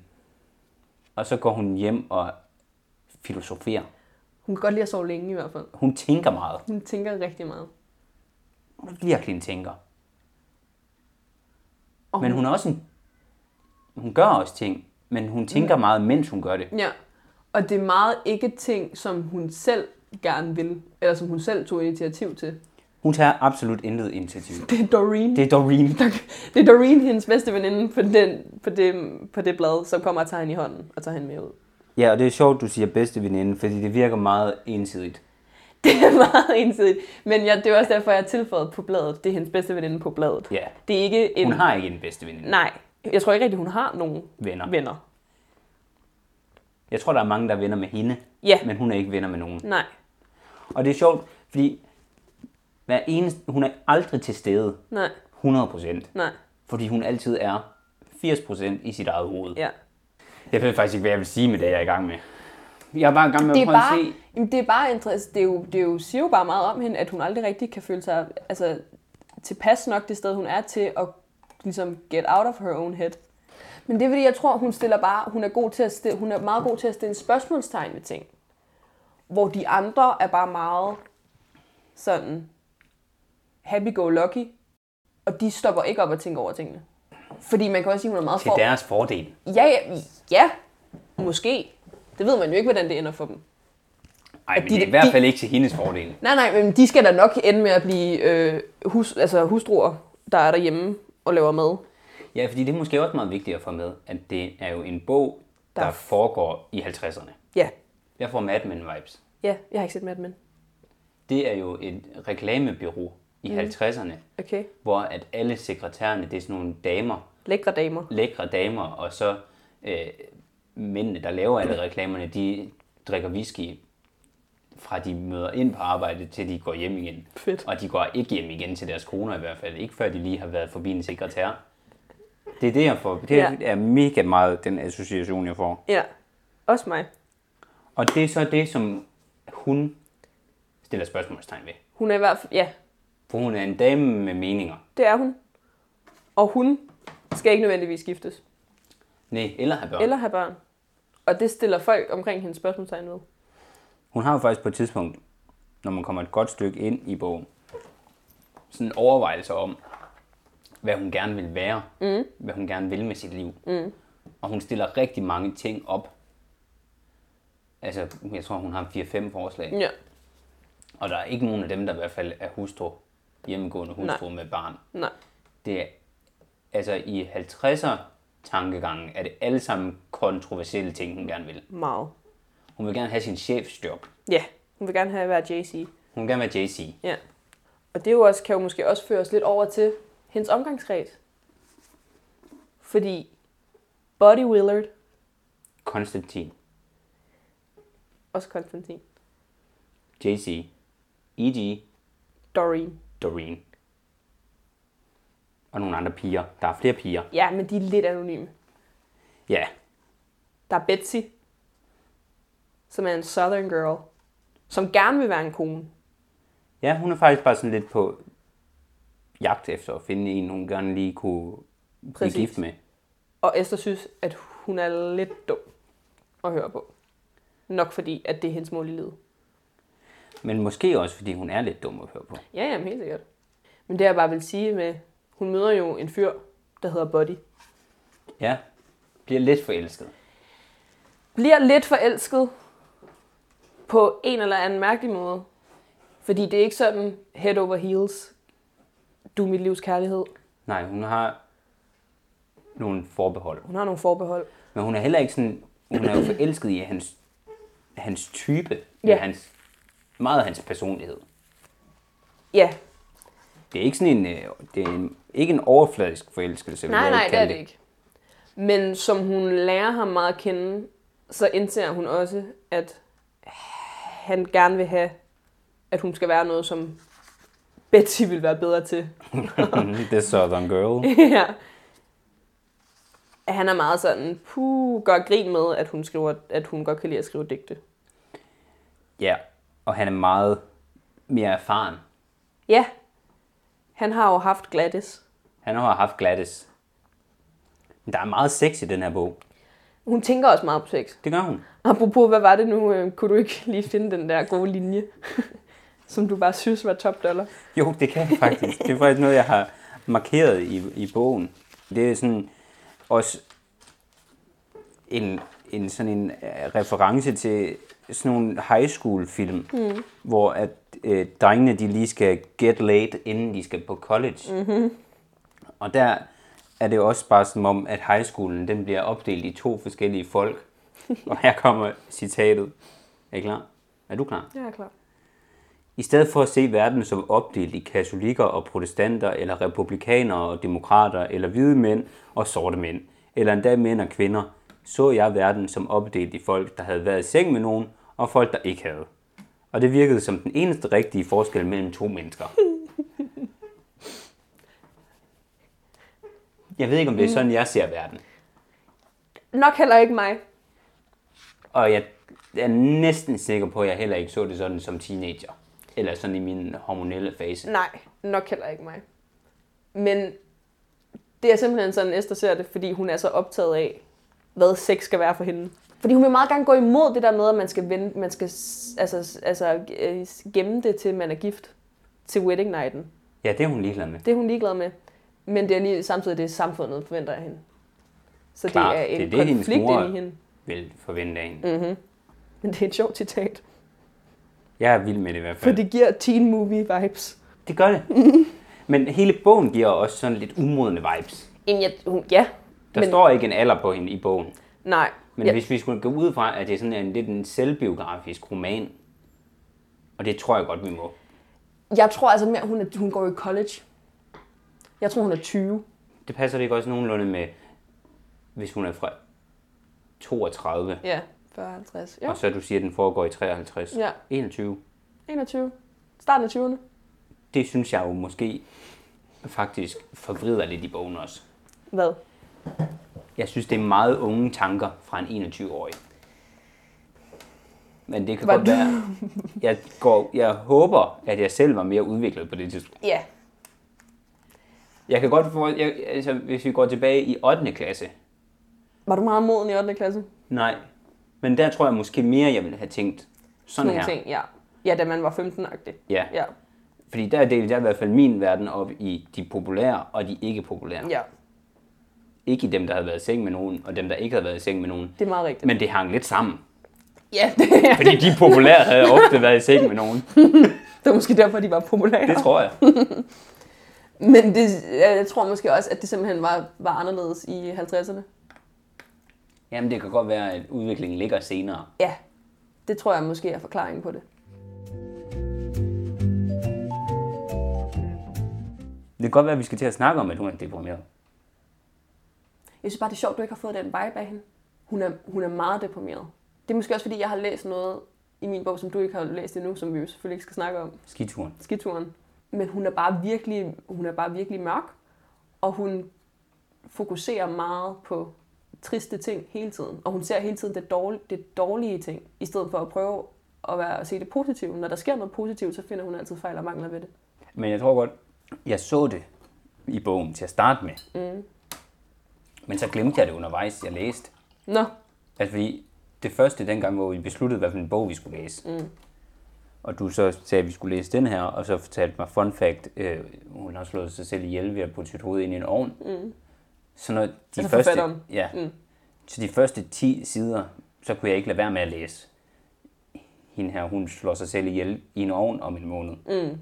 Speaker 1: Og så går hun hjem og filosoferer.
Speaker 2: Hun kan godt lide at sove længe i hvert fald.
Speaker 1: Hun tænker meget.
Speaker 2: Hun tænker rigtig meget.
Speaker 1: Hun er virkelig en tænker.
Speaker 2: Og
Speaker 1: Men hun er også en... Hun gør også ting, men hun tænker meget, mens hun gør det.
Speaker 2: Ja, og det er meget ikke ting, som hun selv gerne vil, eller som hun selv tog initiativ til.
Speaker 1: Hun tager absolut intet initiativ.
Speaker 2: Det er Doreen.
Speaker 1: Det er Doreen.
Speaker 2: Det er Doreen, hendes bedste veninde på, den, på, det, på det blad, som kommer og tager hende i hånden og tager hende med ud.
Speaker 1: Ja, og det er sjovt, du siger bedste veninde, fordi det virker meget ensidigt.
Speaker 2: Det er meget ensidigt, men jeg, det er også derfor, jeg har tilføjet på bladet. Det er hendes bedste veninde på bladet.
Speaker 1: Ja,
Speaker 2: Det er ikke en...
Speaker 1: hun har ikke en bedste veninde.
Speaker 2: Nej, jeg tror ikke rigtig, hun har nogen
Speaker 1: Venner.
Speaker 2: venner.
Speaker 1: Jeg tror, der er mange, der er venner med hende,
Speaker 2: Ja,
Speaker 1: men hun er ikke venner med nogen.
Speaker 2: nej.
Speaker 1: Og det er sjovt, fordi hver eneste, hun er aldrig til stede
Speaker 2: Nej,
Speaker 1: 100 procent.
Speaker 2: nej,
Speaker 1: fordi hun altid er 80% i sit eget hoved.
Speaker 2: ja.
Speaker 1: Jeg ved faktisk ikke, hvad jeg vil sige med det, jeg er i gang med. Jeg er bare i gang med
Speaker 2: Det
Speaker 1: at
Speaker 2: er
Speaker 1: prøve at
Speaker 2: bare,
Speaker 1: se.
Speaker 2: jamen, det er bare interessant. Det, er jo, det er jo, siger jo bare meget om hende, at hun aldrig rigtig kan føle sig altså, tilpas nok det sted, hun er til at ligesom get out of her own head. Men det er fordi, jeg tror, hun stiller bare, hun er, god til at stille, hun er meget god til at stille spørgsmålstegn ved ting. Hvor de andre er bare meget sådan happy-go-lucky, og de stopper ikke op og tænker over tingene. Fordi man kan også sige, hun er meget
Speaker 1: Til
Speaker 2: for...
Speaker 1: deres fordel.
Speaker 2: Ja, ja, ja, måske. Det ved man jo ikke, hvordan det ender for dem.
Speaker 1: Nej, men
Speaker 2: de-
Speaker 1: det er i hvert
Speaker 2: de-
Speaker 1: fald ikke til hendes fordel.
Speaker 2: Nej, nej, men de skal da nok ende med at blive øh, hus, altså hustruer, der er derhjemme og laver mad.
Speaker 1: Ja, fordi det er måske også meget vigtigt at få med, at det er jo en bog, der,
Speaker 2: Der-
Speaker 1: der foregår i 50'erne.
Speaker 2: Ja,
Speaker 1: Jeg får Mad Men vibes.
Speaker 2: ja, jeg har ikke set Mad Men.
Speaker 1: Det er jo et reklamebyrå i mm. 50'erne,
Speaker 2: Okay.
Speaker 1: hvor at alle sekretærerne, det er sådan nogle damer,
Speaker 2: Lækre damer.
Speaker 1: lækre damer, og så øh, mændene, der laver alle reklamerne, de drikker whisky fra de møder ind på arbejde, til de går hjem igen.
Speaker 2: Fedt.
Speaker 1: Og de går ikke hjem igen til deres koner i hvert fald. Ikke før de lige har været forbi en sekretær. Det er det, jeg får. Det
Speaker 2: Ja.
Speaker 1: er mega meget den association, jeg får.
Speaker 2: Ja, også mig.
Speaker 1: Og det er så det, som hun stiller spørgsmålstegn ved.
Speaker 2: Hun er i hvert fald, ja,
Speaker 1: For hun er en dame med meninger.
Speaker 2: det er hun. Og hun skal ikke nødvendigvis giftes.
Speaker 1: Nej, eller har børn.
Speaker 2: Eller have børn. Og det stiller folk omkring hendes spørgsmålstegn ved.
Speaker 1: Hun har jo faktisk på et tidspunkt, når man kommer et godt stykke ind i bogen, sådan en overvejelse om, hvad hun gerne vil være, mm. hvad hun gerne vil med sit liv. Mm. Og hun stiller rigtig mange ting op. Altså, jeg tror, hun har 4-5 forslag.
Speaker 2: Ja.
Speaker 1: Og der er ikke nogen af dem, der i hvert fald er hustru, hjemmegående hustru Nej. med barn.
Speaker 2: Nej.
Speaker 1: Det er, altså i 50'er tankegangen er det alle sammen kontroversielle ting, hun gerne vil.
Speaker 2: Meget.
Speaker 1: Hun vil gerne have sin chefsjob.
Speaker 2: Ja, hun vil gerne have at være JC.
Speaker 1: Hun vil gerne være JC.
Speaker 2: Ja. Og det er jo også, kan jo måske også føre os lidt over til hendes omgangskreds. Fordi Buddy Willard,
Speaker 1: Konstantin.
Speaker 2: også Konstantin,
Speaker 1: JC. E.G.
Speaker 2: Doreen.
Speaker 1: E Doreen. Og nogle andre piger. Der er flere piger.
Speaker 2: Ja, men de er lidt anonyme.
Speaker 1: Ja,
Speaker 2: Der er Betsy, som er en southern girl, som gerne vil være en kone.
Speaker 1: Ja, hun er faktisk bare sådan lidt på jagt efter at finde en, hun gerne lige kunne blive
Speaker 2: Præcis.
Speaker 1: gift med.
Speaker 2: Og Esther synes, at hun er lidt dum at høre på. Nok fordi, at det er hendes mål i livet.
Speaker 1: Men måske også, fordi hun er lidt dum at høre på.
Speaker 2: Ja, jamen helt sikkert. Men det jeg bare vil sige med, hun møder jo en fyr, der hedder Buddy.
Speaker 1: Ja, bliver lidt forelsket.
Speaker 2: Bliver lidt forelsket på en eller anden mærkelig måde. Fordi det er ikke sådan head over heels, du er mit livs kærlighed.
Speaker 1: Nej, hun har nogle forbehold.
Speaker 2: Hun har nogle forbehold.
Speaker 1: Men hun er heller ikke sådan... Hun er jo forelsket i hans, hans type.
Speaker 2: Ja.
Speaker 1: Ja. Hans, meget af hans personlighed.
Speaker 2: Ja,
Speaker 1: Det er ikke sådan en... øh, Det er en, ikke en overfladisk forelskelse, vil
Speaker 2: nej,
Speaker 1: jeg
Speaker 2: nej,
Speaker 1: ikke
Speaker 2: det er
Speaker 1: kalde
Speaker 2: det ikke. Men som hun lærer ham meget at kende, så indser hun også, at han gerne vil have, at hun skal være noget, som Betty vil være bedre til.
Speaker 1: det. The Southern Girl.
Speaker 2: ja. At Han er meget sådan, puh, gør grin med, at hun, skriver, at hun godt kan lide at skrive digte.
Speaker 1: Ja, og han er meget mere erfaren.
Speaker 2: Ja, han har jo haft Gladys.
Speaker 1: Han har haft Gladys. Men der er meget sex i den her bog.
Speaker 2: Hun tænker også meget på sex.
Speaker 1: Det gør hun.
Speaker 2: Apropos, hvad var det nu? øh, Kunne du ikke lige finde den der gode linje, som du bare synes var top dollar?
Speaker 1: Jo, det kan jeg faktisk. Det er faktisk noget, jeg har markeret i, i bogen. Det er sådan også en, en sådan en øh, reference til sådan nogle high school film, mm. hvor at øh, drengene de lige skal get laid, inden de skal på college. Mm-hmm. Og der er det også bare som om, at high schoolen den bliver opdelt i to forskellige folk. Og her kommer citatet. Er I klar? Er du klar?
Speaker 2: Ja, klar.
Speaker 1: I stedet for at se verden som opdelt i katolikker og protestanter, eller republikanere og demokrater, eller hvide mænd og sorte mænd, eller endda mænd og kvinder, så jeg verden som opdelt i folk, der havde været i seng med nogen, og folk, der ikke havde. Og det virkede som den eneste rigtige forskel mellem to mennesker. Jeg ved ikke, om det er sådan, jeg ser verden.
Speaker 2: Nok heller ikke mig.
Speaker 1: Og jeg er næsten sikker på, at jeg heller ikke så det sådan som teenager. Eller sådan i min hormonelle fase.
Speaker 2: Nej, nok heller ikke mig. Men det er simpelthen sådan, Esther ser det, fordi hun er så optaget af, hvad sex skal være for hende. Fordi hun vil meget gerne gå imod det der med, at man skal, vende, man skal s- altså, s- altså, øh, s- gemme det til, man er gift til wedding nighten.
Speaker 1: Ja, det er hun ligeglad med.
Speaker 2: Det er hun ligeglad med. Men det er lige, samtidig det, samfundet forventer af hende. Så det
Speaker 1: Klart.
Speaker 2: er en
Speaker 1: Det er
Speaker 2: det
Speaker 1: det,
Speaker 2: er
Speaker 1: hendes
Speaker 2: konflikt
Speaker 1: mor-
Speaker 2: inde i hende. Mm-hmm.
Speaker 1: Vil forvente af hende. Mm.
Speaker 2: Men det er et sjovt citat,
Speaker 1: Jeg er vild med det i hvert
Speaker 2: for
Speaker 1: fald.
Speaker 2: det giver teen movie vibes.
Speaker 1: Det gør det. Mm. Men hele bogen giver også sådan lidt umodne vibes.
Speaker 2: Inden jeg, hun, ja,
Speaker 1: Der
Speaker 2: Men-
Speaker 1: men... står ikke en alder på hende i bogen.
Speaker 2: nej.
Speaker 1: Men
Speaker 2: ja,
Speaker 1: ja. hvis vi skulle gå ud fra, at det er sådan en lidt en selvbiografisk roman, og det tror jeg godt, vi må.
Speaker 2: Jeg tror altså mere, hun, er, hun går i college. Jeg tror, hun er 20.
Speaker 1: Det passer det ikke også nogenlunde med, hvis hun er fra 32,
Speaker 2: Ja, 40, 50.
Speaker 1: og så du siger, at den foregår i 53.
Speaker 2: Ja.
Speaker 1: 21.
Speaker 2: 21. Starten af 20'erne.
Speaker 1: Det synes jeg jo måske faktisk forvrider lidt i bogen også.
Speaker 2: Hvad?
Speaker 1: Jeg synes, det er meget unge tanker fra en 21-årig. Men det kan
Speaker 2: Var
Speaker 1: godt
Speaker 2: du-
Speaker 1: være... Jeg, går, jeg håber, at jeg selv var mere udviklet på det tidspunkt.
Speaker 2: Ja.
Speaker 1: Jeg kan godt få... Jeg, altså, hvis vi går tilbage i 8. klasse...
Speaker 2: Var du meget moden i 8. klasse?
Speaker 1: Nej. Men der tror jeg måske mere, jeg ville have tænkt sådan
Speaker 2: nogle
Speaker 1: her.
Speaker 2: ting, ja. Ja, da man var 15-agtig.
Speaker 1: Ja,
Speaker 2: Ja,
Speaker 1: fordi der delte jeg i hvert fald min verden op i de populære og de ikke populære.
Speaker 2: ja,
Speaker 1: Ikke i dem, der havde været i seng med nogen, og dem, der ikke havde været i seng med nogen.
Speaker 2: det er meget rigtigt.
Speaker 1: Men det hang lidt sammen.
Speaker 2: Ja, det er,
Speaker 1: Fordi de populære havde ofte været i seng med nogen.
Speaker 2: det var måske derfor, de var populære.
Speaker 1: Det tror jeg.
Speaker 2: Men det, jeg tror måske også, at det simpelthen var, var anderledes i 50'erne.
Speaker 1: Jamen, det kan godt være, at udviklingen ligger senere.
Speaker 2: Ja, det tror jeg måske er forklaringen på det.
Speaker 1: Det kan godt være, at vi skal til at snakke om, at hun er deprimeret.
Speaker 2: Jeg synes bare, det er sjovt, du ikke har fået den vibe af hende. Hun er, hun er meget deprimeret. Det er måske også, fordi jeg har læst noget i min bog, som du ikke har læst endnu, som vi jo selvfølgelig ikke skal snakke om.
Speaker 1: Skituren.
Speaker 2: Skituren. Men hun er bare virkelig, hun er bare virkelig mørk, og hun fokuserer meget på triste ting hele tiden. Og hun ser hele tiden det dårlige, det dårlige ting, i stedet for at prøve at, være, at se det positive. Når der sker noget positivt, så finder hun altid fejl og mangler ved det.
Speaker 1: Men jeg tror godt, jeg så det i bogen til at starte med. Mm. Men så glemte jeg det undervejs, jeg læste.
Speaker 2: Nå,
Speaker 1: Altså fordi det første dengang, hvor vi besluttede, hvad for en bog vi skulle læse. Mm. Og du så sagde, at vi skulle læse den her, og så fortalte mig, fun fact, øh, hun har slået sig selv ihjel ved at putte sit hoved ind i en ovn. Mm. Så når de
Speaker 2: Altså
Speaker 1: første,
Speaker 2: forfatteren.
Speaker 1: ja,
Speaker 2: Mm.
Speaker 1: mm. så de første 10 sider, så kunne jeg ikke lade være med at læse. Hende her, hun slår sig selv ihjel i en ovn om en måned.
Speaker 2: Mm.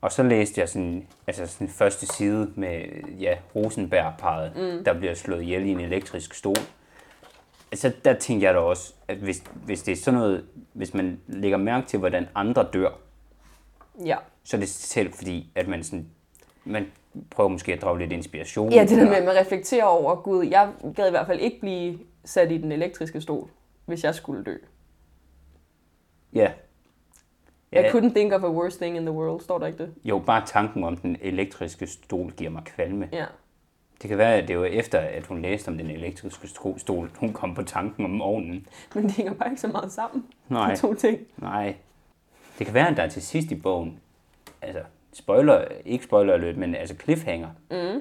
Speaker 1: Og så læste jeg sådan, altså sådan første side med ja, Rosenberg-paret, mm. der bliver slået ihjel i en elektrisk stol. Altså der tænkte jeg da også, at hvis, hvis det er sådan noget, hvis man lægger mærke til, hvordan andre dør,
Speaker 2: ja.
Speaker 1: så er det selv fordi, at man sådan, man prøver måske at drage lidt inspiration.
Speaker 2: Ja, det der med, at man reflekterer over, gud, jeg gad i hvert fald ikke blive sat i den elektriske stol, hvis jeg skulle dø.
Speaker 1: Ja.
Speaker 2: Yeah. I
Speaker 1: ja
Speaker 2: couldn't think of a worse thing in the world, står der ikke det?
Speaker 1: jo, bare tanken om den elektriske stol giver mig kvalme.
Speaker 2: Ja.
Speaker 1: Det kan være, at det var efter, at hun læste om den elektriske stro- stol, hun kom på tanken om ovnen.
Speaker 2: Men det hænger bare ikke så meget sammen,
Speaker 1: Nej.
Speaker 2: de to ting.
Speaker 1: Nej. Det kan være, at der til sidst i bogen, altså spoiler, ikke spoiler alert, men altså cliffhanger. Mm.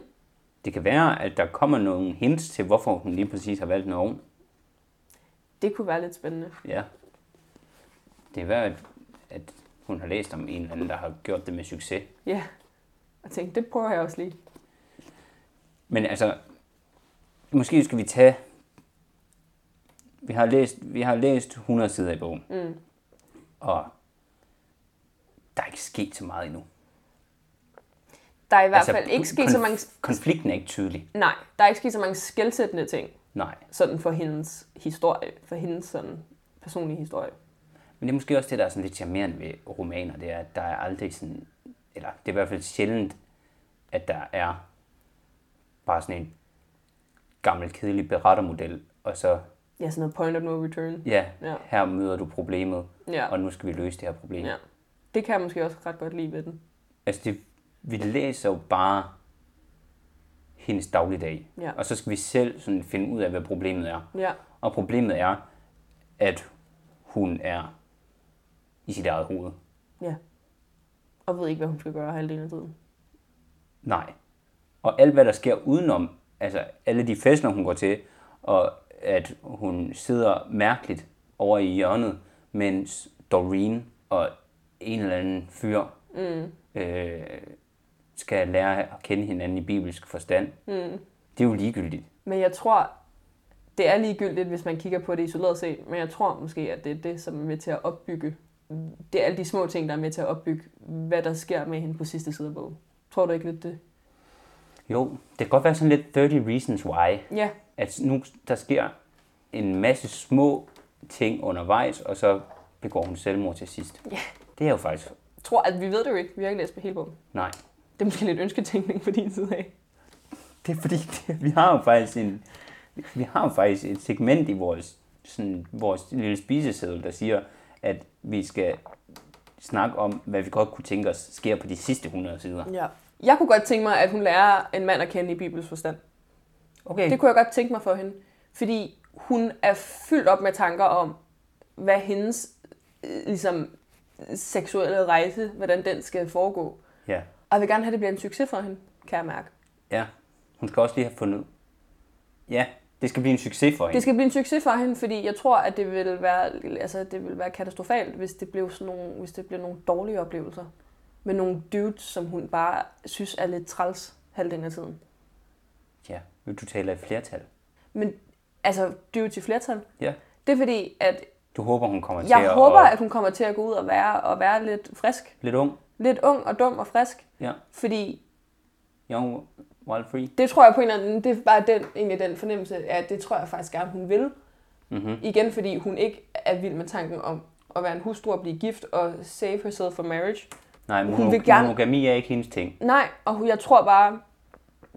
Speaker 1: Det kan være, at der kommer nogle hints til, hvorfor hun lige præcis har valgt en ovn.
Speaker 2: Det kunne være lidt spændende.
Speaker 1: Ja. Det kan være, at, at hun har læst om en eller anden, der har gjort det med succes.
Speaker 2: Ja. Og tænkte, det prøver jeg også lige.
Speaker 1: Men altså, måske skal vi tage... Vi har læst, vi har læst 100 sider i bogen. Mm. Og der er ikke sket så meget endnu.
Speaker 2: Der er i hvert altså, fald ikke sket så mange...
Speaker 1: Konflikten er ikke tydelig.
Speaker 2: Nej, der er ikke sket så mange skældsættende ting,
Speaker 1: Nej.
Speaker 2: sådan for hendes historie, for hendes sådan personlige historie.
Speaker 1: Men det er måske også det, der er sådan lidt charmerende ved romaner, det er, at der er aldrig sådan, eller det er i hvert fald sjældent, at der er bare sådan en gammel, kedelig berettermodel, og så,
Speaker 2: Ja, sådan noget point of no return.
Speaker 1: ja,
Speaker 2: Ja.
Speaker 1: ja. her møder du problemet,
Speaker 2: Ja.
Speaker 1: og nu skal vi løse det her problem.
Speaker 2: ja. Det kan jeg måske også ret godt lide ved den.
Speaker 1: Altså, det, vi læser jo bare hendes dagligdag,
Speaker 2: Ja.
Speaker 1: og så skal vi selv sådan finde ud af, hvad problemet er.
Speaker 2: Ja.
Speaker 1: Og problemet er, at hun er i sit eget hoved.
Speaker 2: Ja. Og ved ikke, hvad hun skal gøre halvdelen af tiden.
Speaker 1: Nej. Og alt, hvad der sker udenom, altså alle de fester, hun går til, og at hun sidder mærkeligt over i hjørnet, mens Doreen og en eller anden fyr mm. øh, skal lære at kende hinanden i bibelsk forstand. Mm. Det er jo ligegyldigt.
Speaker 2: Men jeg tror, det er ligegyldigt, hvis man kigger på det isoleret set, men jeg tror måske, at det er det, som er med til at opbygge. Det er alle de små ting, der er med til at opbygge, hvad der sker med hende på sidste side af bogen. Tror du ikke lidt det?
Speaker 1: Jo, det kan godt være sådan lidt 30 reasons why.
Speaker 2: Ja,
Speaker 1: At nu der sker en masse små ting undervejs, og så begår hun selvmord til sidst.
Speaker 2: Ja.
Speaker 1: Det er jo faktisk...
Speaker 2: jeg tror, at vi ved det jo ikke. Vi har ikke læst på hele bogen.
Speaker 1: Nej.
Speaker 2: Det er måske lidt ønsketænkning på din side af.
Speaker 1: Det er fordi, det, vi har jo faktisk en, vi har jo faktisk et segment i vores, sådan, vores lille spiseseddel, der siger, at vi skal snakke om, hvad vi godt kunne tænke os sker på de sidste 100 sider.
Speaker 2: Ja. Jeg kunne godt tænke mig, at hun lærer en mand at kende i Bibels forstand.
Speaker 1: Okay.
Speaker 2: Det kunne jeg godt tænke mig for hende. Fordi hun er fyldt op med tanker om, hvad hendes øh, ligesom, seksuelle rejse, hvordan den skal foregå.
Speaker 1: Ja.
Speaker 2: Og jeg vil gerne have, at det bliver en succes for hende, kan jeg mærke.
Speaker 1: ja. Hun skal også lige have fundet... Ja, Det skal blive en succes for hende.
Speaker 2: Det skal blive en succes for hende, fordi jeg tror, at det vil være, altså, det vil være katastrofalt, hvis det, blev sådan nogle, hvis det blev nogle dårlige oplevelser. Med nogle dudes, som hun bare synes er lidt træls halvdelen af tiden.
Speaker 1: Ja, nu du taler i flertal.
Speaker 2: Men altså, dudes i flertal.
Speaker 1: Ja.
Speaker 2: Det er fordi, at
Speaker 1: Du håber, hun kommer til
Speaker 2: jeg
Speaker 1: at...
Speaker 2: håber,
Speaker 1: at...
Speaker 2: at hun kommer til at gå ud og være, og være lidt frisk.
Speaker 1: Lidt ung.
Speaker 2: Lidt ung og dum og frisk.
Speaker 1: Ja.
Speaker 2: Fordi
Speaker 1: Young, wild, free.
Speaker 2: det tror jeg på en eller anden, det er bare den, egentlig den fornemmelse, at det tror jeg faktisk gerne, hun vil.
Speaker 1: Mm-hmm.
Speaker 2: Igen, fordi hun ikke er vild med tanken om at være en hustru og blive gift og save herself for marriage.
Speaker 1: Nej,
Speaker 2: Hun
Speaker 1: mono-
Speaker 2: vil gerne-
Speaker 1: monogami er ikke hendes ting.
Speaker 2: Nej, og hun- jeg tror bare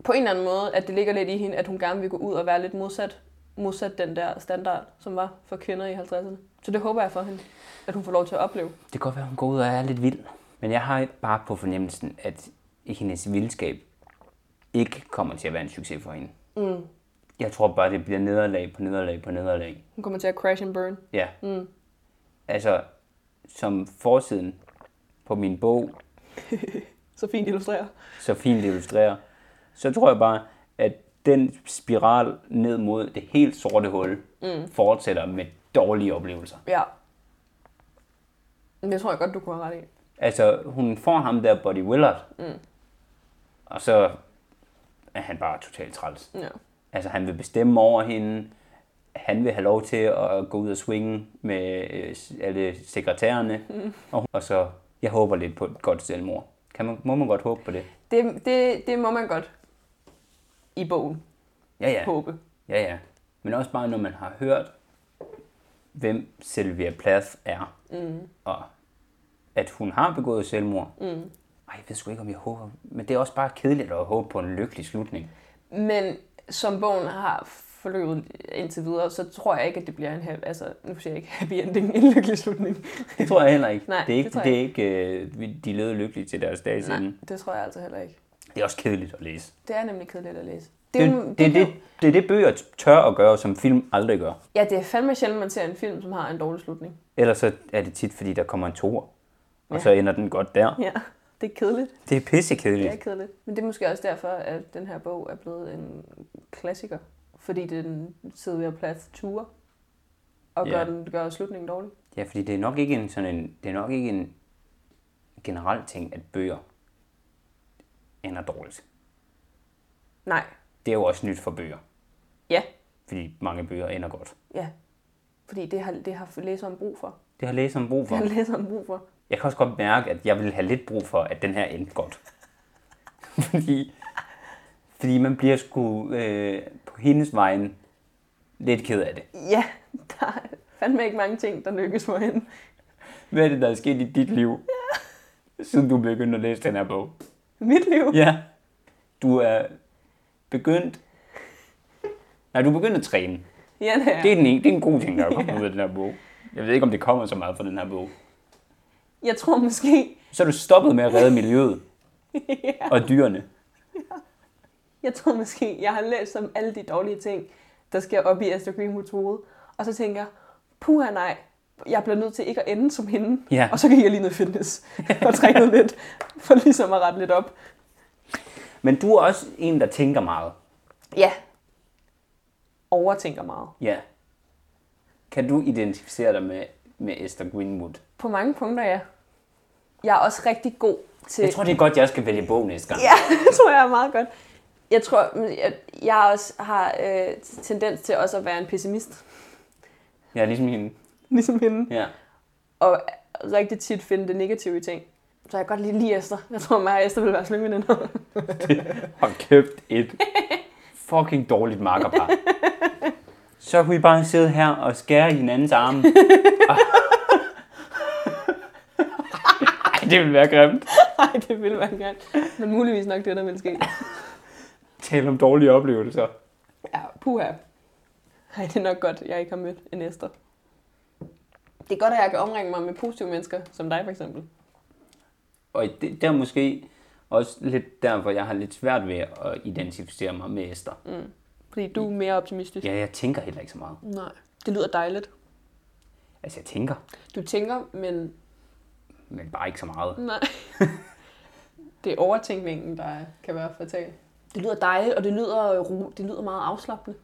Speaker 2: på en eller anden måde, at det ligger lidt i hende, at hun gerne vil gå ud og være lidt modsat, modsat den der standard, som var for kvinder i 50'erne. Så det håber jeg for hende, at hun får lov til at opleve.
Speaker 1: Det kan godt være, hun går ud og er lidt vild. Men jeg har bare på fornemmelsen, at hendes vildskab ikke kommer til at være en succes for hende.
Speaker 2: Mm.
Speaker 1: Jeg tror bare, det bliver nederlag på nederlag på nederlag.
Speaker 2: Hun kommer til at crash and burn.
Speaker 1: Ja.
Speaker 2: Mm.
Speaker 1: Altså, som forsiden på min bog
Speaker 2: Så fint illustrerer.
Speaker 1: så fint illustrerer, så tror jeg bare, at den spiral ned mod det helt sorte hul mm. fortsætter med dårlige oplevelser.
Speaker 2: Ja. Men Det tror jeg godt, du kunne have ret i.
Speaker 1: Altså, hun får ham der, Buddy Willard, mm. og så er han bare totalt træls.
Speaker 2: Ja.
Speaker 1: Altså, han vil bestemme over hende. Han vil have lov til at gå ud og swinge med øh, s- alle sekretærerne. Mm. Og, og så, jeg håber lidt på et godt selvmord. Kan man, må man godt håbe på det?
Speaker 2: Det, det, det må man godt i bogen
Speaker 1: Ja, ja.
Speaker 2: håbe.
Speaker 1: Ja, ja. Men også bare, når man har hørt, hvem Sylvia Plath er,
Speaker 2: Mm.
Speaker 1: og at hun har begået selvmord.
Speaker 2: Mm.
Speaker 1: Ej, jeg ved sgu ikke, om jeg håber. Men det er også bare kedeligt at håbe på en lykkelig slutning.
Speaker 2: Men som bogen har forløbet indtil videre, så tror jeg ikke, at det bliver en happy, altså, nu siger jeg ikke happy ending, en lykkelig slutning.
Speaker 1: Det tror jeg heller ikke.
Speaker 2: Nej,
Speaker 1: det er ikke,
Speaker 2: det tror jeg
Speaker 1: det er ikke øh, vi- de levede lykkelige til deres dage
Speaker 2: Nej,
Speaker 1: siden.
Speaker 2: det tror jeg altså heller ikke.
Speaker 1: Det er også kedeligt at læse.
Speaker 2: Det er nemlig kedeligt at læse.
Speaker 1: Det,
Speaker 2: er
Speaker 1: det,
Speaker 2: jo-
Speaker 1: det, det,
Speaker 2: er jo-
Speaker 1: det, det er det, bøger tør at gøre, som film aldrig gør.
Speaker 2: Ja, det er fandme sjældent, man ser en film, som har en dårlig slutning.
Speaker 1: Ellers så er det tit, fordi der kommer en toer, og
Speaker 2: Ja.
Speaker 1: så ender den godt der.
Speaker 2: Ja, det er kedeligt.
Speaker 1: Det er pissekedeligt.
Speaker 2: Det er kedeligt. Men det er måske også derfor, at den her bog er blevet en klassiker. Fordi den sidder ved at plads ture. Og gør,
Speaker 1: Ja.
Speaker 2: den, gør slutningen dårlig.
Speaker 1: Ja, fordi det er nok ikke en sådan en, det er nok ikke en generel ting, at bøger ender dårligt.
Speaker 2: Nej.
Speaker 1: Det er jo også nyt for bøger,
Speaker 2: Ja.
Speaker 1: fordi mange bøger ender godt.
Speaker 2: Ja. Fordi det har, det har læseren brug for.
Speaker 1: Det har læseren brug for.
Speaker 2: Det har læseren brug for.
Speaker 1: Jeg kan også godt mærke, at jeg vil have lidt brug for, at den her endte godt. fordi, fordi man bliver sgu øh, på hendes vejen lidt ked af det.
Speaker 2: Ja, der er fandme ikke mange ting, der lykkes for hende.
Speaker 1: Hvad er det, der er sket i dit liv, siden du begyndte at læse den her bog?
Speaker 2: Mit liv.
Speaker 1: Ja. Du er begyndt... Nej, du er begyndt at træne.
Speaker 2: Ja, det er.
Speaker 1: Det,
Speaker 2: Det...
Speaker 1: er den ene, det er en god ting, der er kommet ud af den her bog. Jeg ved ikke, om det kommer så meget fra den her bog.
Speaker 2: Jeg tror måske,
Speaker 1: Så er du stoppet med at redde miljøet og dyrene.
Speaker 2: jeg tror måske, jeg har læst om alle de dårlige ting, der sker op i Astrid Greenwoods hoved. Og så tænker jeg, puha nej, jeg bliver nødt til ikke at ende som hende.
Speaker 1: Ja.
Speaker 2: Og så gik jeg lige ned i fitness og trænede lidt, for ligesom at rette lidt op.
Speaker 1: Men du er også en, der tænker meget.
Speaker 2: Ja. Overtænker meget.
Speaker 1: Ja. Kan du identificere dig med, med Esther Greenwood?
Speaker 2: På mange punkter, ja. Jeg er også rigtig god til...
Speaker 1: Jeg tror, det er godt, jeg skal vælge bog næste gang.
Speaker 2: Ja, det tror jeg er meget godt. Jeg tror, men jeg, jeg også har øh, tendens til også at være en pessimist,
Speaker 1: Ja, ligesom hende.
Speaker 2: ligesom hende,
Speaker 1: Ja.
Speaker 2: og rigtig tit finde det negative i ting. Så jeg kan godt lide, lide Esther. Jeg tror, mig og Esther vil være slyngveninder.
Speaker 1: Hold kæft, et fucking dårligt makkerpar. Så kunne I bare sidde her og skære i hinandens arme. Ej, det ville være grimt.
Speaker 2: Nej, det ville være godt. Men muligvis nok det, der ville ske.
Speaker 1: Tal om dårlige oplevelser.
Speaker 2: Ja, puha. Ej, det er nok godt, jeg ikke har mødt en Esther. Det er godt, at jeg kan omringe mig med positive mennesker, som dig for eksempel.
Speaker 1: Og det, der er måske også lidt derfor, jeg har lidt svært ved at identificere mig med Esther.
Speaker 2: Fordi du er mere optimistisk.
Speaker 1: Ja, jeg tænker heller ikke så meget.
Speaker 2: Nej. Det lyder dejligt.
Speaker 1: Altså, jeg tænker,
Speaker 2: Du tænker, men
Speaker 1: men bare ikke så meget.
Speaker 2: Nej. det er
Speaker 3: øh,
Speaker 2: overtænkningen, der kan være fatal. Det lyder dejligt, og det lyder, ro- det lyder meget afslappende.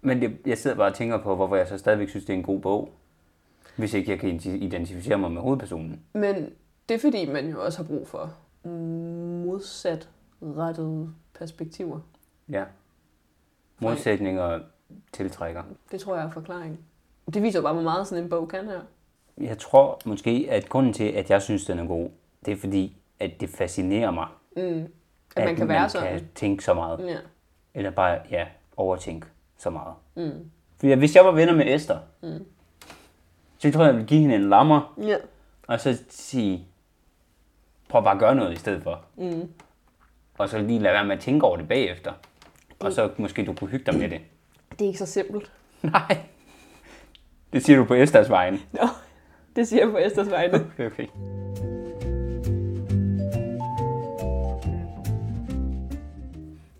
Speaker 1: Men det, jeg sidder bare og tænker på, hvorfor jeg så stadigvæk synes, det er en god bog. Hvis ikke jeg kan identi- identificere mig med hovedpersonen.
Speaker 3: Men det er fordi, man jo også har brug for modsat rettede perspektiver.
Speaker 1: Ja. Modsætninger tiltrækker.
Speaker 3: Det tror jeg er forklaringen. Det viser jo bare, hvor meget sådan en bog kan her.
Speaker 1: Jeg tror måske, at grunden til, at jeg synes, den er god, det er fordi, at det fascinerer mig,
Speaker 3: Mm. At, at man kan være sådan.
Speaker 1: kan tænke så meget.
Speaker 3: Ja.
Speaker 1: Eller bare, ja, overtænke så meget.
Speaker 3: Mm.
Speaker 1: Fordi hvis jeg var venner med Esther, mm. så tror jeg, jeg ville give hende en lammer,
Speaker 3: Ja.
Speaker 1: og så sige, prøv bare at gøre noget i stedet for. Mm. Og så lige lade være med at tænke over det bagefter. Og så måske du kunne hygge dig med det.
Speaker 3: Det er ikke så simpelt.
Speaker 1: Nej. Det siger du på Esthers vejen.
Speaker 2: Nå, det siger jeg på Esters vegne.
Speaker 1: Okay, okay.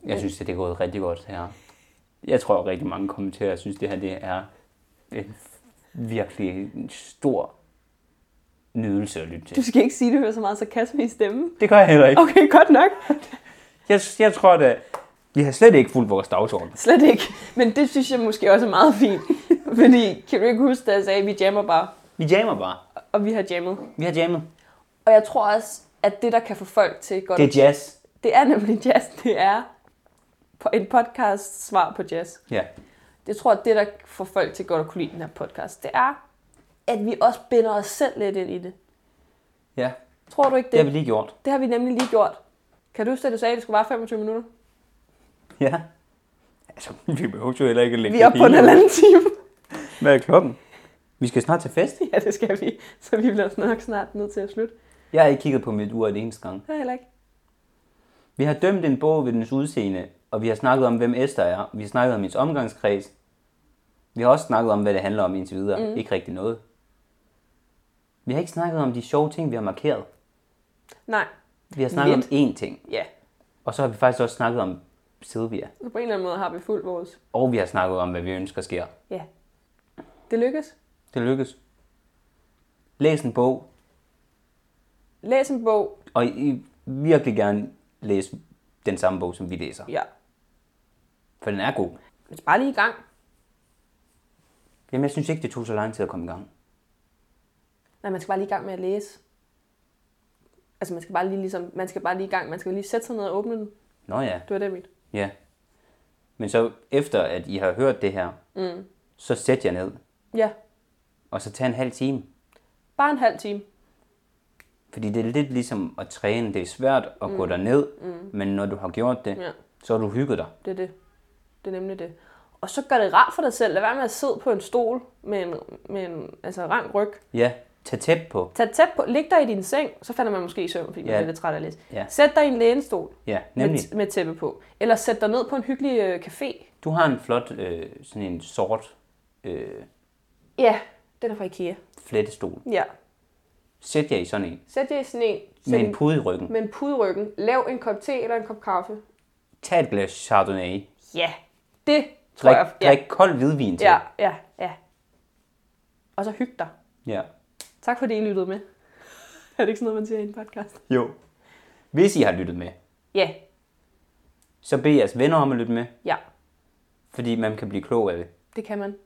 Speaker 1: Jeg synes, at det er gået rigtig godt her. Jeg tror, at rigtig mange kommenterer synes, at det her det er en virkelig stor nydelse at lytte
Speaker 2: Du
Speaker 1: til.
Speaker 2: skal ikke sige, at du hører så meget sarkasme i stemmen.
Speaker 1: Det gør jeg heller ikke.
Speaker 2: Okay, godt nok.
Speaker 1: Jeg, jeg tror, at øh, vi har slet ikke fulgt vores dagsorden.
Speaker 2: Slet ikke. Men det synes jeg måske også er meget fint. Fordi, kan du ikke huske, da jeg sagde, at vi jammer bare,
Speaker 1: Vi jammer bare.
Speaker 2: og vi har jammet.
Speaker 1: Vi har jammet.
Speaker 2: Og jeg tror også, at det, der kan få folk til godt...
Speaker 1: Det er jazz.
Speaker 2: det er nemlig jazz. Det er po- en podcast svar på jazz.
Speaker 1: Ja.
Speaker 2: Jeg tror, at det, der får folk til godt at kunne lide den her podcast, det er, at vi også binder os selv lidt ind i det.
Speaker 1: ja.
Speaker 2: Tror du ikke
Speaker 1: Det har vi
Speaker 2: det?
Speaker 1: lige gjort.
Speaker 2: Det har vi nemlig lige gjort. Kan du huske, at du sagde, at det skulle være 25 minutter?
Speaker 1: Ja. Altså, vi behøver jo heller ikke at lægge
Speaker 2: Vi er oppe på en
Speaker 1: hele-
Speaker 2: halvanden time.
Speaker 1: Hvad er klokken? Vi skal snart til fest.
Speaker 2: Ja, det skal vi. Så vi bliver nok snart nødt til at slutte.
Speaker 1: Jeg har ikke kigget på mit ur et eneste gang.
Speaker 2: Det er heller ikke.
Speaker 1: Vi har dømt en bog ved dens udseende, og vi har snakket om, hvem Esther er. Vi har snakket om hendes omgangskreds. Vi har også snakket om, hvad det handler om indtil videre. Mm. Ikke rigtig noget. Vi har ikke snakket om de sjove ting, vi har markeret.
Speaker 2: Nej.
Speaker 1: Vi har snakket
Speaker 2: Lidt.
Speaker 1: om én ting.
Speaker 2: Ja.
Speaker 1: Og så har vi faktisk også snakket om Silvia.
Speaker 2: Så på en eller anden måde har vi fuldt vores.
Speaker 1: Og vi har snakket om, hvad vi ønsker sker.
Speaker 2: Ja. Det lykkes.
Speaker 1: Det lykkes. Læs en bog,
Speaker 2: Læs en bog.
Speaker 1: og I virkelig gerne læse den samme bog, som vi læser.
Speaker 2: Ja.
Speaker 1: For den er god.
Speaker 2: Men bare lige i gang.
Speaker 1: Jamen, jeg synes ikke, det tog så lang tid at komme i gang.
Speaker 2: Nej, man skal bare lige i gang med at læse. Altså, man skal bare lige, ligesom, man skal bare lige i gang. Man skal lige sætte sig ned og åbne den.
Speaker 1: Nå ja,
Speaker 2: Det var det, mit.
Speaker 1: ja. Men så efter, at I har hørt det her, mm. så sæt jer ned,
Speaker 2: Ja.
Speaker 1: og så tag en halv time.
Speaker 2: Bare en halv time.
Speaker 1: Fordi det er lidt ligesom at træne. Det er svært at mm. gå derned, mm. men når du har gjort det,
Speaker 2: Ja.
Speaker 1: så har du hygget dig.
Speaker 2: Det er det. Det er nemlig det. Og så gør det rart for dig selv. Lad være med at sidde på en stol med en, med en altså, rank ryg.
Speaker 1: Ja, tag tæt på.
Speaker 2: Tag tæt på, lig dig i din seng, så falder man måske i søvn, fordi man
Speaker 1: Ja.
Speaker 2: er lidt træt af at læse.
Speaker 1: Ja.
Speaker 2: Sæt dig i en lænestol
Speaker 1: Ja, nemlig.
Speaker 2: med, med tæppe på. Eller sæt dig ned på en hyggelig øh, café.
Speaker 1: Du har en flot, øh, sådan en sort øh,
Speaker 2: Ja, den er fra Ikea.
Speaker 1: flettestol.
Speaker 2: Ja.
Speaker 1: Sæt jer i sådan en,
Speaker 2: Sæt dig i sådan en,
Speaker 1: med
Speaker 2: sæt
Speaker 1: en pude i ryggen.
Speaker 2: med en pude i ryggen. Lav en kop te eller en kop kaffe.
Speaker 1: Tag et glas chardonnay.
Speaker 2: Ja, det tror
Speaker 1: Drik,
Speaker 2: jeg.
Speaker 1: drik kold hvidvin til.
Speaker 2: ja, ja, ja. Og så hyg dig.
Speaker 1: ja.
Speaker 2: Tak fordi I lyttede med. Er det ikke sådan noget, man siger i en podcast?
Speaker 1: Jo. Hvis I har lyttet med,
Speaker 2: Ja,
Speaker 1: så bed jeres venner om at lytte med,
Speaker 2: ja,
Speaker 1: fordi man kan blive klog af det.
Speaker 2: det kan man.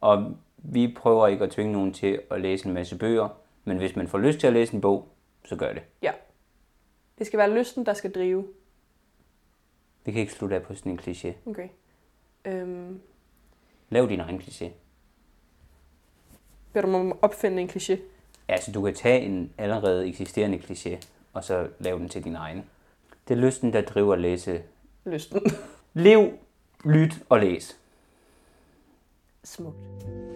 Speaker 1: Og vi prøver ikke at tvinge nogen til at læse en masse bøger, men hvis man får lyst til at læse en bog, så gør det.
Speaker 2: Ja. Det skal være lysten, der skal drive.
Speaker 1: Vi kan ikke slutte af på sådan en kliché.
Speaker 2: Okay. Øhm,
Speaker 1: Lav din egen kliché.
Speaker 2: beder du mig om at opfinde en kliché?
Speaker 1: Altså, du kan tage en allerede eksisterende kliché, og så lave den til din egen. Det er lysten, der driver at læse.
Speaker 2: Lysten.
Speaker 1: Lev, lyt og læs.
Speaker 2: Smukt.